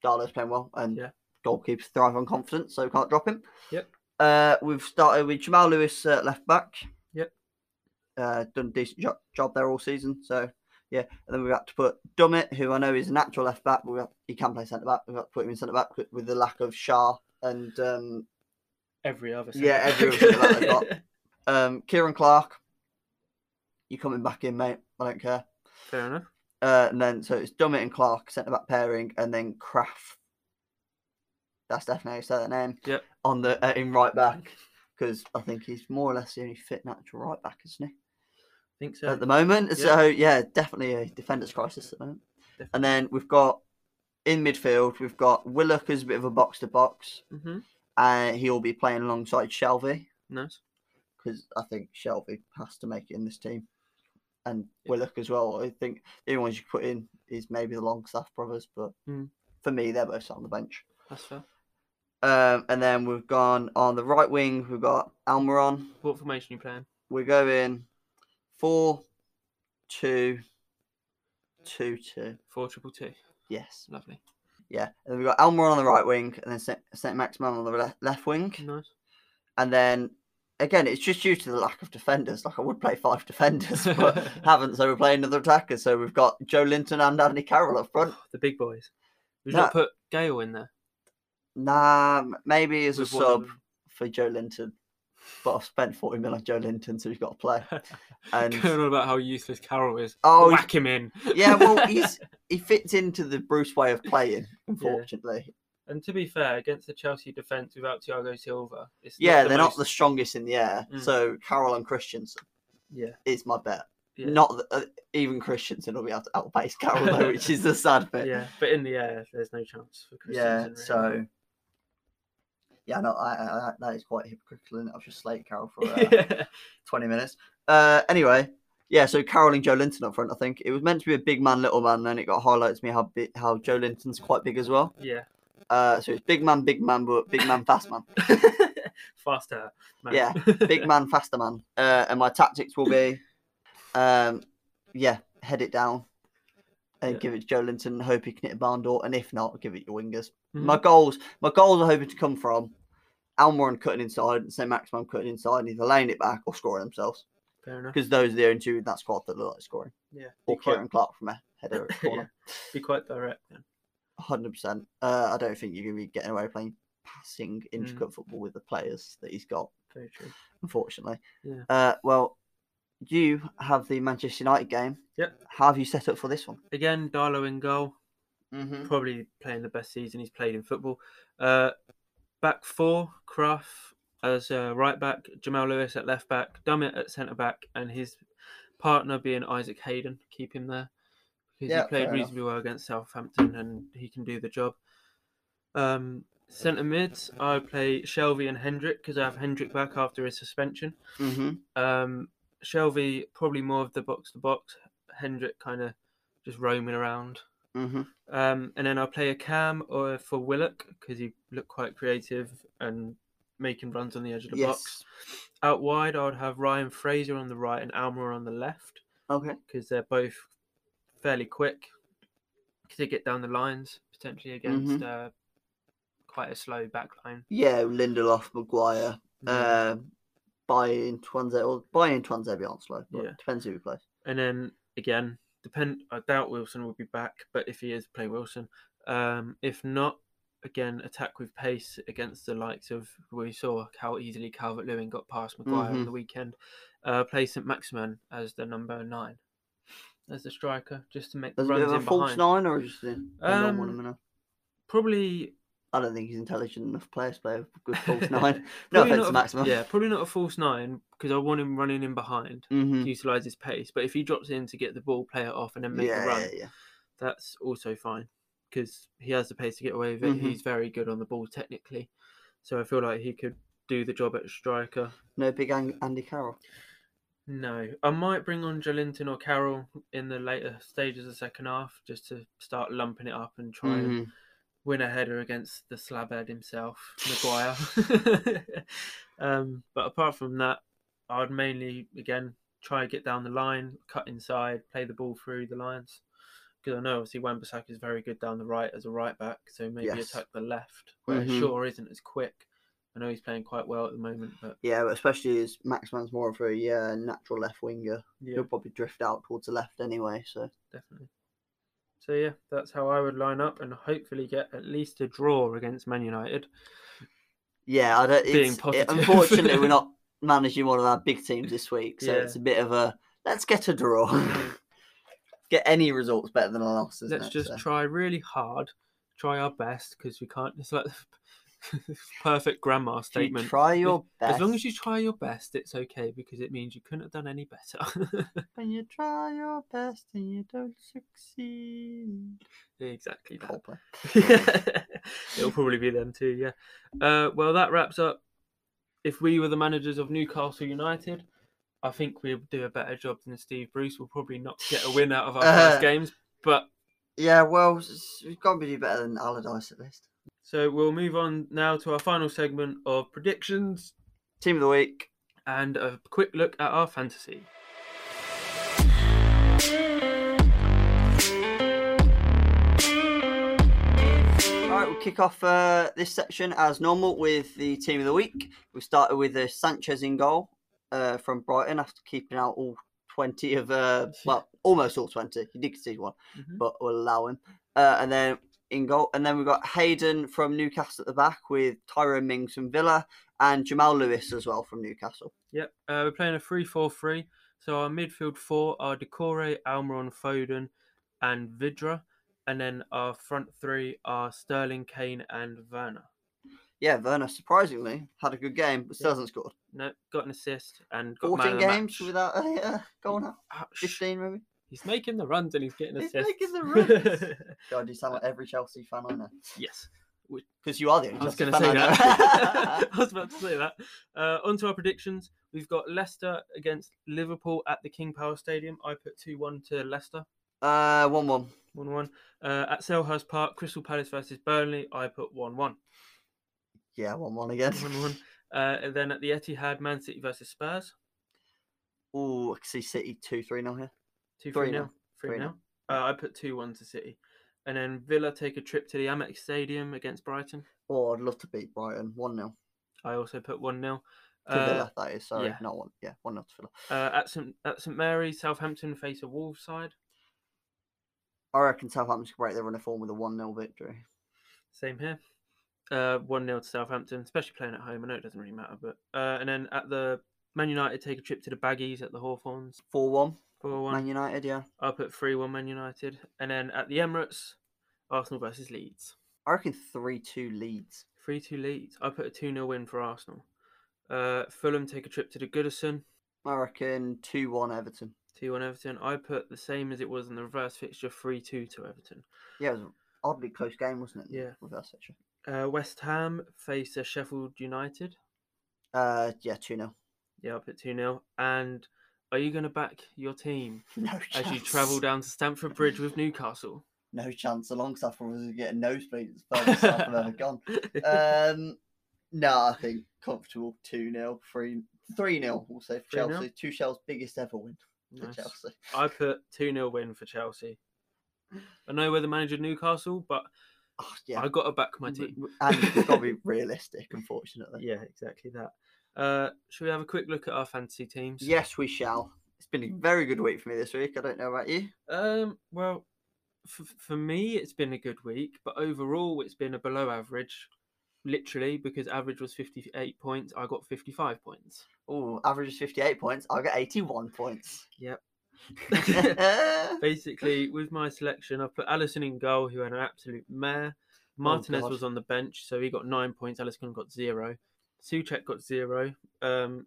Speaker 2: Darlow's playing well, and
Speaker 3: Yeah.
Speaker 2: goalkeepers thrive on confidence, so we can't drop him.
Speaker 3: Yep.
Speaker 2: Uh, we've started with Jamal Lewis at left back.
Speaker 3: Yep.
Speaker 2: Uh, done a decent jo- job there all season, so yeah. And then we've had to put Dummett, who I know is a natural left back, but we have, he can play centre back. We've got to put him in centre back with the lack of Shah and um,
Speaker 3: every other
Speaker 2: Yeah,
Speaker 3: centre
Speaker 2: every
Speaker 3: back.
Speaker 2: other centre back um, Kieran Clark. You're coming back in, mate. I don't care.
Speaker 3: Fair enough.
Speaker 2: Uh, and then so it's Dummett and Clark centre back pairing, and then Craft. That's definitely how you say that name.
Speaker 3: Yep.
Speaker 2: On the uh, in right back because I think he's more or less the only fit natural right back, isn't he?
Speaker 3: Think so.
Speaker 2: At the moment,
Speaker 3: yeah.
Speaker 2: so yeah, definitely a defenders crisis at the moment. And then we've got in midfield, we've got Willock as a bit of a box to box,
Speaker 3: hmm
Speaker 2: and he'll be playing alongside Shelby
Speaker 3: Nice.
Speaker 2: because I think Shelby has to make it in this team. And
Speaker 3: Yeah.
Speaker 2: Willock as well. I think the only ones you could put in is maybe the Longstaff brothers, but
Speaker 3: Mm.
Speaker 2: for me, they're both sat on the bench.
Speaker 3: That's fair.
Speaker 2: Um, and then we've gone on the right wing, we've got Almiron.
Speaker 3: What formation you playing?
Speaker 2: We're going four, two, two, two.
Speaker 3: Four triple two.
Speaker 2: Yes.
Speaker 3: Lovely.
Speaker 2: Yeah. And then we've got Elmore on the right wing and then St. St. Maximan on the le- left wing.
Speaker 3: Nice.
Speaker 2: And then again, it's just due to the lack of defenders. Like I would play five defenders, but haven't. So we're playing another attacker. So we've got Joe Linton and Andy Carroll up front.
Speaker 3: The big boys. We
Speaker 2: No.
Speaker 3: should put Gail in there.
Speaker 2: Nah, m- maybe as a
Speaker 3: with one of
Speaker 2: sub
Speaker 3: them.
Speaker 2: for Joe Linton. But I've spent 40 mil on Joe Linton, so he's got to play. And
Speaker 3: Going on about how useless Carroll is.
Speaker 2: Oh,
Speaker 3: whack him in.
Speaker 2: yeah, well, he's he fits into the Bruce way of playing, unfortunately.
Speaker 3: And to be fair, against the Chelsea defence without Thiago Silva, it's
Speaker 2: Yeah,
Speaker 3: the
Speaker 2: they're
Speaker 3: most...
Speaker 2: not the strongest in the air.
Speaker 3: Mm.
Speaker 2: So Carroll and Christensen
Speaker 3: yeah,
Speaker 2: is my bet.
Speaker 3: yeah,
Speaker 2: Not that, uh, even Christensen will be able to outpace Carroll, though, which is the sad bit.
Speaker 3: yeah. But in the air, there's no chance for
Speaker 2: yeah
Speaker 3: Christensen. really.
Speaker 2: so yeah no I, I, I that is quite hypocritical and i've just slated carol for uh,
Speaker 3: yeah,
Speaker 2: 20 minutes uh anyway yeah so carol and joe linton up front i think it was meant to be a big man little man and then it got highlighted to me how big how joe linton's quite big as well
Speaker 3: yeah.
Speaker 2: uh so it's big man big man but big man fast man
Speaker 3: Faster. Man.
Speaker 2: Yeah, big man faster man uh and my tactics will be um yeah head it down and
Speaker 3: Yeah.
Speaker 2: give it to Joe Linton, hope he can hit a barn door, and if not, give it your wingers.
Speaker 3: Mhm.
Speaker 2: My goals, my goals are hoping to come from Almiron cutting inside and St Maximum cutting inside and either laying it back or scoring themselves
Speaker 3: Fair enough.
Speaker 2: because those are the only two in that squad that look like scoring.
Speaker 3: Yeah. Be
Speaker 2: Or
Speaker 3: quite,
Speaker 2: Kieran Clark from a header at
Speaker 3: Yeah.
Speaker 2: corner,
Speaker 3: be quite direct. Then.
Speaker 2: hundred percent. Uh, I don't think you're gonna be getting away playing passing
Speaker 3: Mm.
Speaker 2: intricate football with the players that he's got,
Speaker 3: Very true.
Speaker 2: unfortunately.
Speaker 3: Yeah.
Speaker 2: Uh, well, you have the Manchester United game.
Speaker 3: Yep.
Speaker 2: How have you set up for this one?
Speaker 3: Again, Darlow in goal.
Speaker 2: Mm-hmm.
Speaker 3: probably playing the best season he's played in football. Uh, back four, Cruff as uh, right back, Jamal Lewis at left back, Dummett at centre back, and his partner being Isaac Hayden. Keep him there because
Speaker 2: Yeah,
Speaker 3: he played
Speaker 2: fair enough.
Speaker 3: reasonably well against Southampton and he can do the job. Um, centre mids, I play Shelby and Hendrick because I have Hendrick back after his suspension.
Speaker 2: Mm-hmm.
Speaker 3: Um, Shelby probably more of the box to box, Hendrick kind of just roaming around.
Speaker 2: Mm-hmm.
Speaker 3: Um, and then I'll play a cam or for Willock because he looked quite creative and making runs on the edge of the box.
Speaker 2: Yes.
Speaker 3: Out wide, I would have Ryan Fraser on the right and Almer on the left
Speaker 2: Okay.
Speaker 3: because they're both fairly quick to get down the lines, potentially against uh, quite a slow back line.
Speaker 2: Yeah, Lindelof, Maguire,
Speaker 3: Yeah.
Speaker 2: Um, buy in Twanze or buy in Twanze beyond slow. But
Speaker 3: Yeah.
Speaker 2: Depends who we play.
Speaker 3: and then again, depend. I doubt Wilson will be back, but if he is, play Wilson. Um, if not, again, attack with pace against the likes of we saw how easily Calvert Lewin got past Maguire on
Speaker 2: Mhm.
Speaker 3: the weekend. Uh, play St Maximin as the number nine, as the striker, just to make the
Speaker 2: There's a bit
Speaker 3: runs
Speaker 2: of a
Speaker 3: in
Speaker 2: false
Speaker 3: behind.
Speaker 2: nine or just in, on one
Speaker 3: Um,
Speaker 2: minute.
Speaker 3: Probably
Speaker 2: I don't think he's intelligent enough player to play a good false nine. No
Speaker 3: probably
Speaker 2: offense
Speaker 3: not
Speaker 2: to
Speaker 3: a-
Speaker 2: Maximum.
Speaker 3: Yeah, probably not a false nine because I want him running in behind
Speaker 2: hmm
Speaker 3: to utilize his pace. But if he drops in to get the ball, play it off, and then make
Speaker 2: Yeah,
Speaker 3: the run,
Speaker 2: yeah, yeah.
Speaker 3: that's also fine because he has the pace to get away with it.
Speaker 2: Mhm.
Speaker 3: He's very good on the ball technically, so I feel like he could do the job at striker.
Speaker 2: No big Ang- Andy Carroll.
Speaker 3: No, I might bring on Jolinton or Carroll in the later stages of the second half just to start lumping it up and try and
Speaker 2: Mhm.
Speaker 3: win a header against the slabhead himself, Maguire. um, but apart from that, I'd mainly again try and get down the line, cut inside, play the ball through the lines. Because I know obviously Wan-Bissaka is very good down the right as a right back, so maybe
Speaker 2: Yes.
Speaker 3: attack the left where
Speaker 2: Mhm.
Speaker 3: Shaw isn't as quick. I know he's playing quite well at the moment, but
Speaker 2: Yeah, but especially as Maxman's more of a uh, natural left winger.
Speaker 3: yeah,
Speaker 2: He'll probably drift out towards the left anyway. So
Speaker 3: definitely. So yeah, that's how I would line up and hopefully get at least a draw against Man United.
Speaker 2: yeah, I don't.
Speaker 3: Being
Speaker 2: it's- it-
Speaker 3: positive.
Speaker 2: unfortunately, we're not managing one of our big teams this week, so
Speaker 3: Yeah.
Speaker 2: it's a bit of a let's get a draw. get any results better than a loss. Isn't
Speaker 3: let's
Speaker 2: it?
Speaker 3: just
Speaker 2: So-
Speaker 3: try really hard, try our best because we can't. It's like the perfect
Speaker 2: If
Speaker 3: grandma
Speaker 2: you
Speaker 3: statement.
Speaker 2: Try your best.
Speaker 3: As long as you try your best, it's okay because it means you couldn't have done any better.
Speaker 2: When you try your best and you don't succeed.
Speaker 3: exactly. that.
Speaker 2: Coldplay.
Speaker 3: It'll probably be them too. Yeah. Uh, well, that wraps up. If we were the managers of Newcastle United. I think we'd do a better job than Steve Bruce. We'll probably not get a win out of our
Speaker 2: Uh,
Speaker 3: first games, but
Speaker 2: Yeah, well, s- s- we've got to do better than Allardyce at least.
Speaker 3: so we'll move on now to our final segment of predictions.
Speaker 2: Team of the week.
Speaker 3: and a quick look at our fantasy.
Speaker 2: All right, we'll kick off uh, this section as normal with the team of the week. We started with uh, Sanchez in goal uh, from Brighton after keeping out all 20 of, uh, well, almost all 20. He did concede one,
Speaker 3: Mhm.
Speaker 2: but we'll allow him. Uh, and then in goal. And then we've got Hayden from Newcastle at the back with Tyrone Mings from Villa and Jamal Lewis as well from Newcastle.
Speaker 3: Yep. Uh, we're playing a 3 4 3. So our midfield four are Decore, Almiron, Foden, and Vidra. And then our front three are Sterling, Kane, and Werner.
Speaker 2: Yeah, Werner surprisingly had a good game, but still
Speaker 3: Yeah.
Speaker 2: hasn't scored.
Speaker 3: No, got an assist and got man
Speaker 2: 14
Speaker 3: of the
Speaker 2: games
Speaker 3: match.
Speaker 2: without a uh, goal now.
Speaker 3: Ouch.
Speaker 2: 15 maybe.
Speaker 3: He's making the runs and he's getting
Speaker 2: He's
Speaker 3: assists.
Speaker 2: making the runs. God, you sound like every Chelsea fan I know.
Speaker 3: yes,
Speaker 2: Because you are the only
Speaker 3: I was
Speaker 2: Chelsea
Speaker 3: going to say
Speaker 2: fan I
Speaker 3: that.
Speaker 2: know.
Speaker 3: I was about to say that. Uh, on to our predictions. We've got Leicester against Liverpool at the King Power Stadium. I put 2 1 to Leicester.
Speaker 2: uh, 1 1.
Speaker 3: 1 1. Uh, at Selhurst Park, Crystal Palace versus Burnley. I put 1 1.
Speaker 2: Yeah, 1 1 again.
Speaker 3: 1 1. Uh, and then at the Etihad, Man City versus Spurs.
Speaker 2: Ooh, I can see City 2 3 now here.
Speaker 3: 2
Speaker 2: Three
Speaker 3: 3 now.
Speaker 2: nil.
Speaker 3: 3
Speaker 2: Three
Speaker 3: now. Uh, I put 2 1 to City. And then Villa take a trip to the Amex Stadium against Brighton.
Speaker 2: Oh, I'd love to beat Brighton 1 0.
Speaker 3: I also put 1 0.
Speaker 2: To Villa, that is. Sorry,
Speaker 3: Uh, yeah.
Speaker 2: not 1. Yeah, 1 0 to Villa.
Speaker 3: Uh, at St at St Mary's, Southampton face a Wolves side.
Speaker 2: I reckon Southampton could break their run of form with a 1 0 victory.
Speaker 3: Same here. Uh, one 0 to Southampton, especially playing at home. I know it doesn't really matter, but uh, and then at the Man United take a trip to the Baggies at the Hawthorns
Speaker 2: 4 1.
Speaker 3: four
Speaker 2: Man
Speaker 3: one.
Speaker 2: United, yeah.
Speaker 3: I put three one Man United, and then at the Emirates, Arsenal versus Leeds
Speaker 2: I reckon 3 2 leads.
Speaker 3: three two Leeds. I put a two 0 win for Arsenal. Uh, Fulham take a trip to the Goodison
Speaker 2: I reckon 2 1 Everton.
Speaker 3: two one Everton. I put the same as it was in the reverse fixture three two to Everton.
Speaker 2: Yeah, it was an oddly close game, wasn't it?
Speaker 3: Yeah.
Speaker 2: Reverse actually.
Speaker 3: Uh, West Ham face uh, Sheffield United.
Speaker 2: Uh, yeah, 2 0.
Speaker 3: Yeah, I put 2 0. And are you going to back your team
Speaker 2: No
Speaker 3: as
Speaker 2: chance.
Speaker 3: you travel down to Stamford Bridge with Newcastle?
Speaker 2: No chance. The long suffer was getting nosebleeds. It's the furthest I've ever gone. Um, no, I think comfortable 2 0, 3 3 0, we'll say, for
Speaker 3: 3-0?
Speaker 2: Chelsea. Two Shell's biggest ever win for
Speaker 3: Nice.
Speaker 2: Chelsea.
Speaker 3: I put 2 0 win for Chelsea. I know we're the manager of Newcastle, but
Speaker 2: Oh, yeah.
Speaker 3: i got to back my
Speaker 2: W-
Speaker 3: team.
Speaker 2: w- and you've got to be realistic, unfortunately.
Speaker 3: Yeah, exactly that. Uh, should we have a quick look at our fantasy teams?
Speaker 2: Yes, we shall. It's been a very good week for me this week. I don't know about you.
Speaker 3: Um, well, for, for me, it's been a good week, but overall, it's been a below average, literally, because average was 58 points. I got 55 points.
Speaker 2: Oh, average is 58 points. I got 81 points.
Speaker 3: Yep.
Speaker 2: oh,
Speaker 3: basically with my selection, I put Allison in goal, who had an absolute mare. Martinez
Speaker 2: God.
Speaker 3: was on the bench, so he got nine points. Allison got zero. Suchek got zero, um,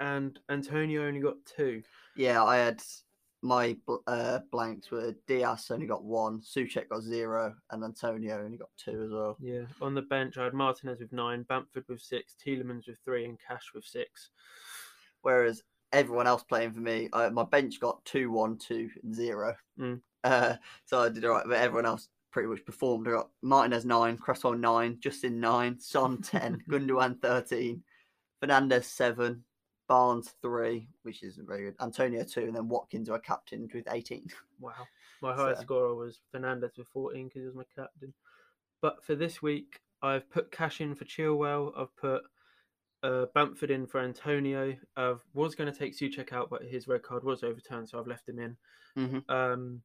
Speaker 3: and Antonio only got two.
Speaker 2: Yeah, I had my bl- uh, blanks were Diaz only got one, Suchet got zero, and Antonio only got two as well.
Speaker 3: Yeah, on the bench, I had Martinez with nine, Bamford with six, Tielemans with three, and Cash with six.
Speaker 2: Whereas everyone else playing for me, I, my bench got two, one, two, and zero.
Speaker 3: Mm.
Speaker 2: Uh, so I did all right, but everyone else pretty much performed. I got Martinez nine, Cresswell nine, Justin nine, Son ten, Gundogan thirteen, Fernandez seven, Barnes three, which isn't very good, Antonio two, and then Watkins, who I captained with eighteen.
Speaker 3: Wow. My highest
Speaker 2: So-
Speaker 3: scorer was Fernandez with 14 because he was my captain. But for this week, I've put cash in for Chilwell. I've put uh, Bamford in for Antonio. I was going to take Suchek out, but his red card was overturned, so I've left him in.
Speaker 2: Mhm.
Speaker 3: Um,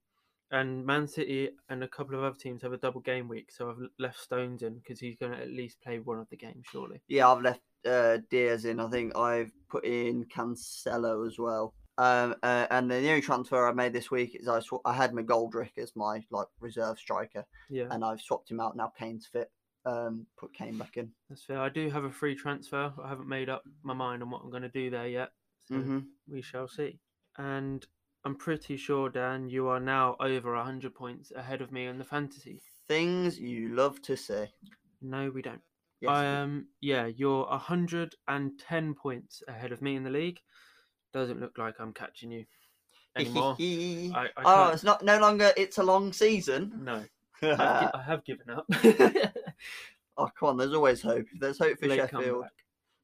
Speaker 3: and Man City and a couple of other teams have a double game week, so I've l- left Stones in because he's going to at least play one of the games, surely.
Speaker 2: Yeah, I've left uh, Diaz in. I think I've put in Cancelo as well. Um, uh, and then the only transfer I made this week is I sw- I had McGoldrick as my like reserve striker,
Speaker 3: Yeah,
Speaker 2: and I've swapped him out now. Kane's fit. Um, put Kane back in.
Speaker 3: that's fair. I do have a free transfer. I haven't made up my mind on what I'm going to do there yet. So
Speaker 2: hmm
Speaker 3: we shall see. And I'm pretty sure, Dan, you are now over 100 points ahead of me in the fantasy.
Speaker 2: Things you love to see.
Speaker 3: No, we don't.
Speaker 2: Yes,
Speaker 3: I um, yeah, you're 110 points ahead of me in the league. Doesn't look like I'm catching you anymore.
Speaker 2: oh,
Speaker 3: I, I can't.
Speaker 2: it's not no longer. It's a long season.
Speaker 3: No, I've gi-
Speaker 2: oh
Speaker 3: I have given up.
Speaker 2: come on, there's always hope. If there's hope for
Speaker 3: Late
Speaker 2: Sheffield,
Speaker 3: comeback.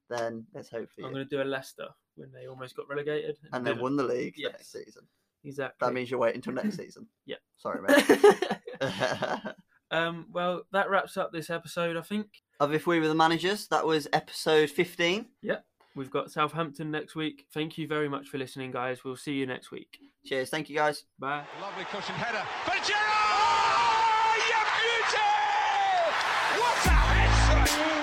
Speaker 2: then there's hope for you.
Speaker 3: I'm going to do a Leicester when they almost got relegated.
Speaker 2: And they
Speaker 3: didn't.
Speaker 2: won the league
Speaker 3: Yes.
Speaker 2: next season.
Speaker 3: Exactly.
Speaker 2: That means you're waiting until next season.
Speaker 3: Yeah.
Speaker 2: Sorry, mate.
Speaker 3: um, well, that wraps up this episode, I think.
Speaker 2: of If We Were the Managers. That was episode 15.
Speaker 3: We've got Southampton next week. Thank you very much for listening, guys. We'll see you next week.
Speaker 2: Cheers. Thank you, guys.
Speaker 3: Bye.
Speaker 1: Lovely cushion header for Gerrard! You've Bye.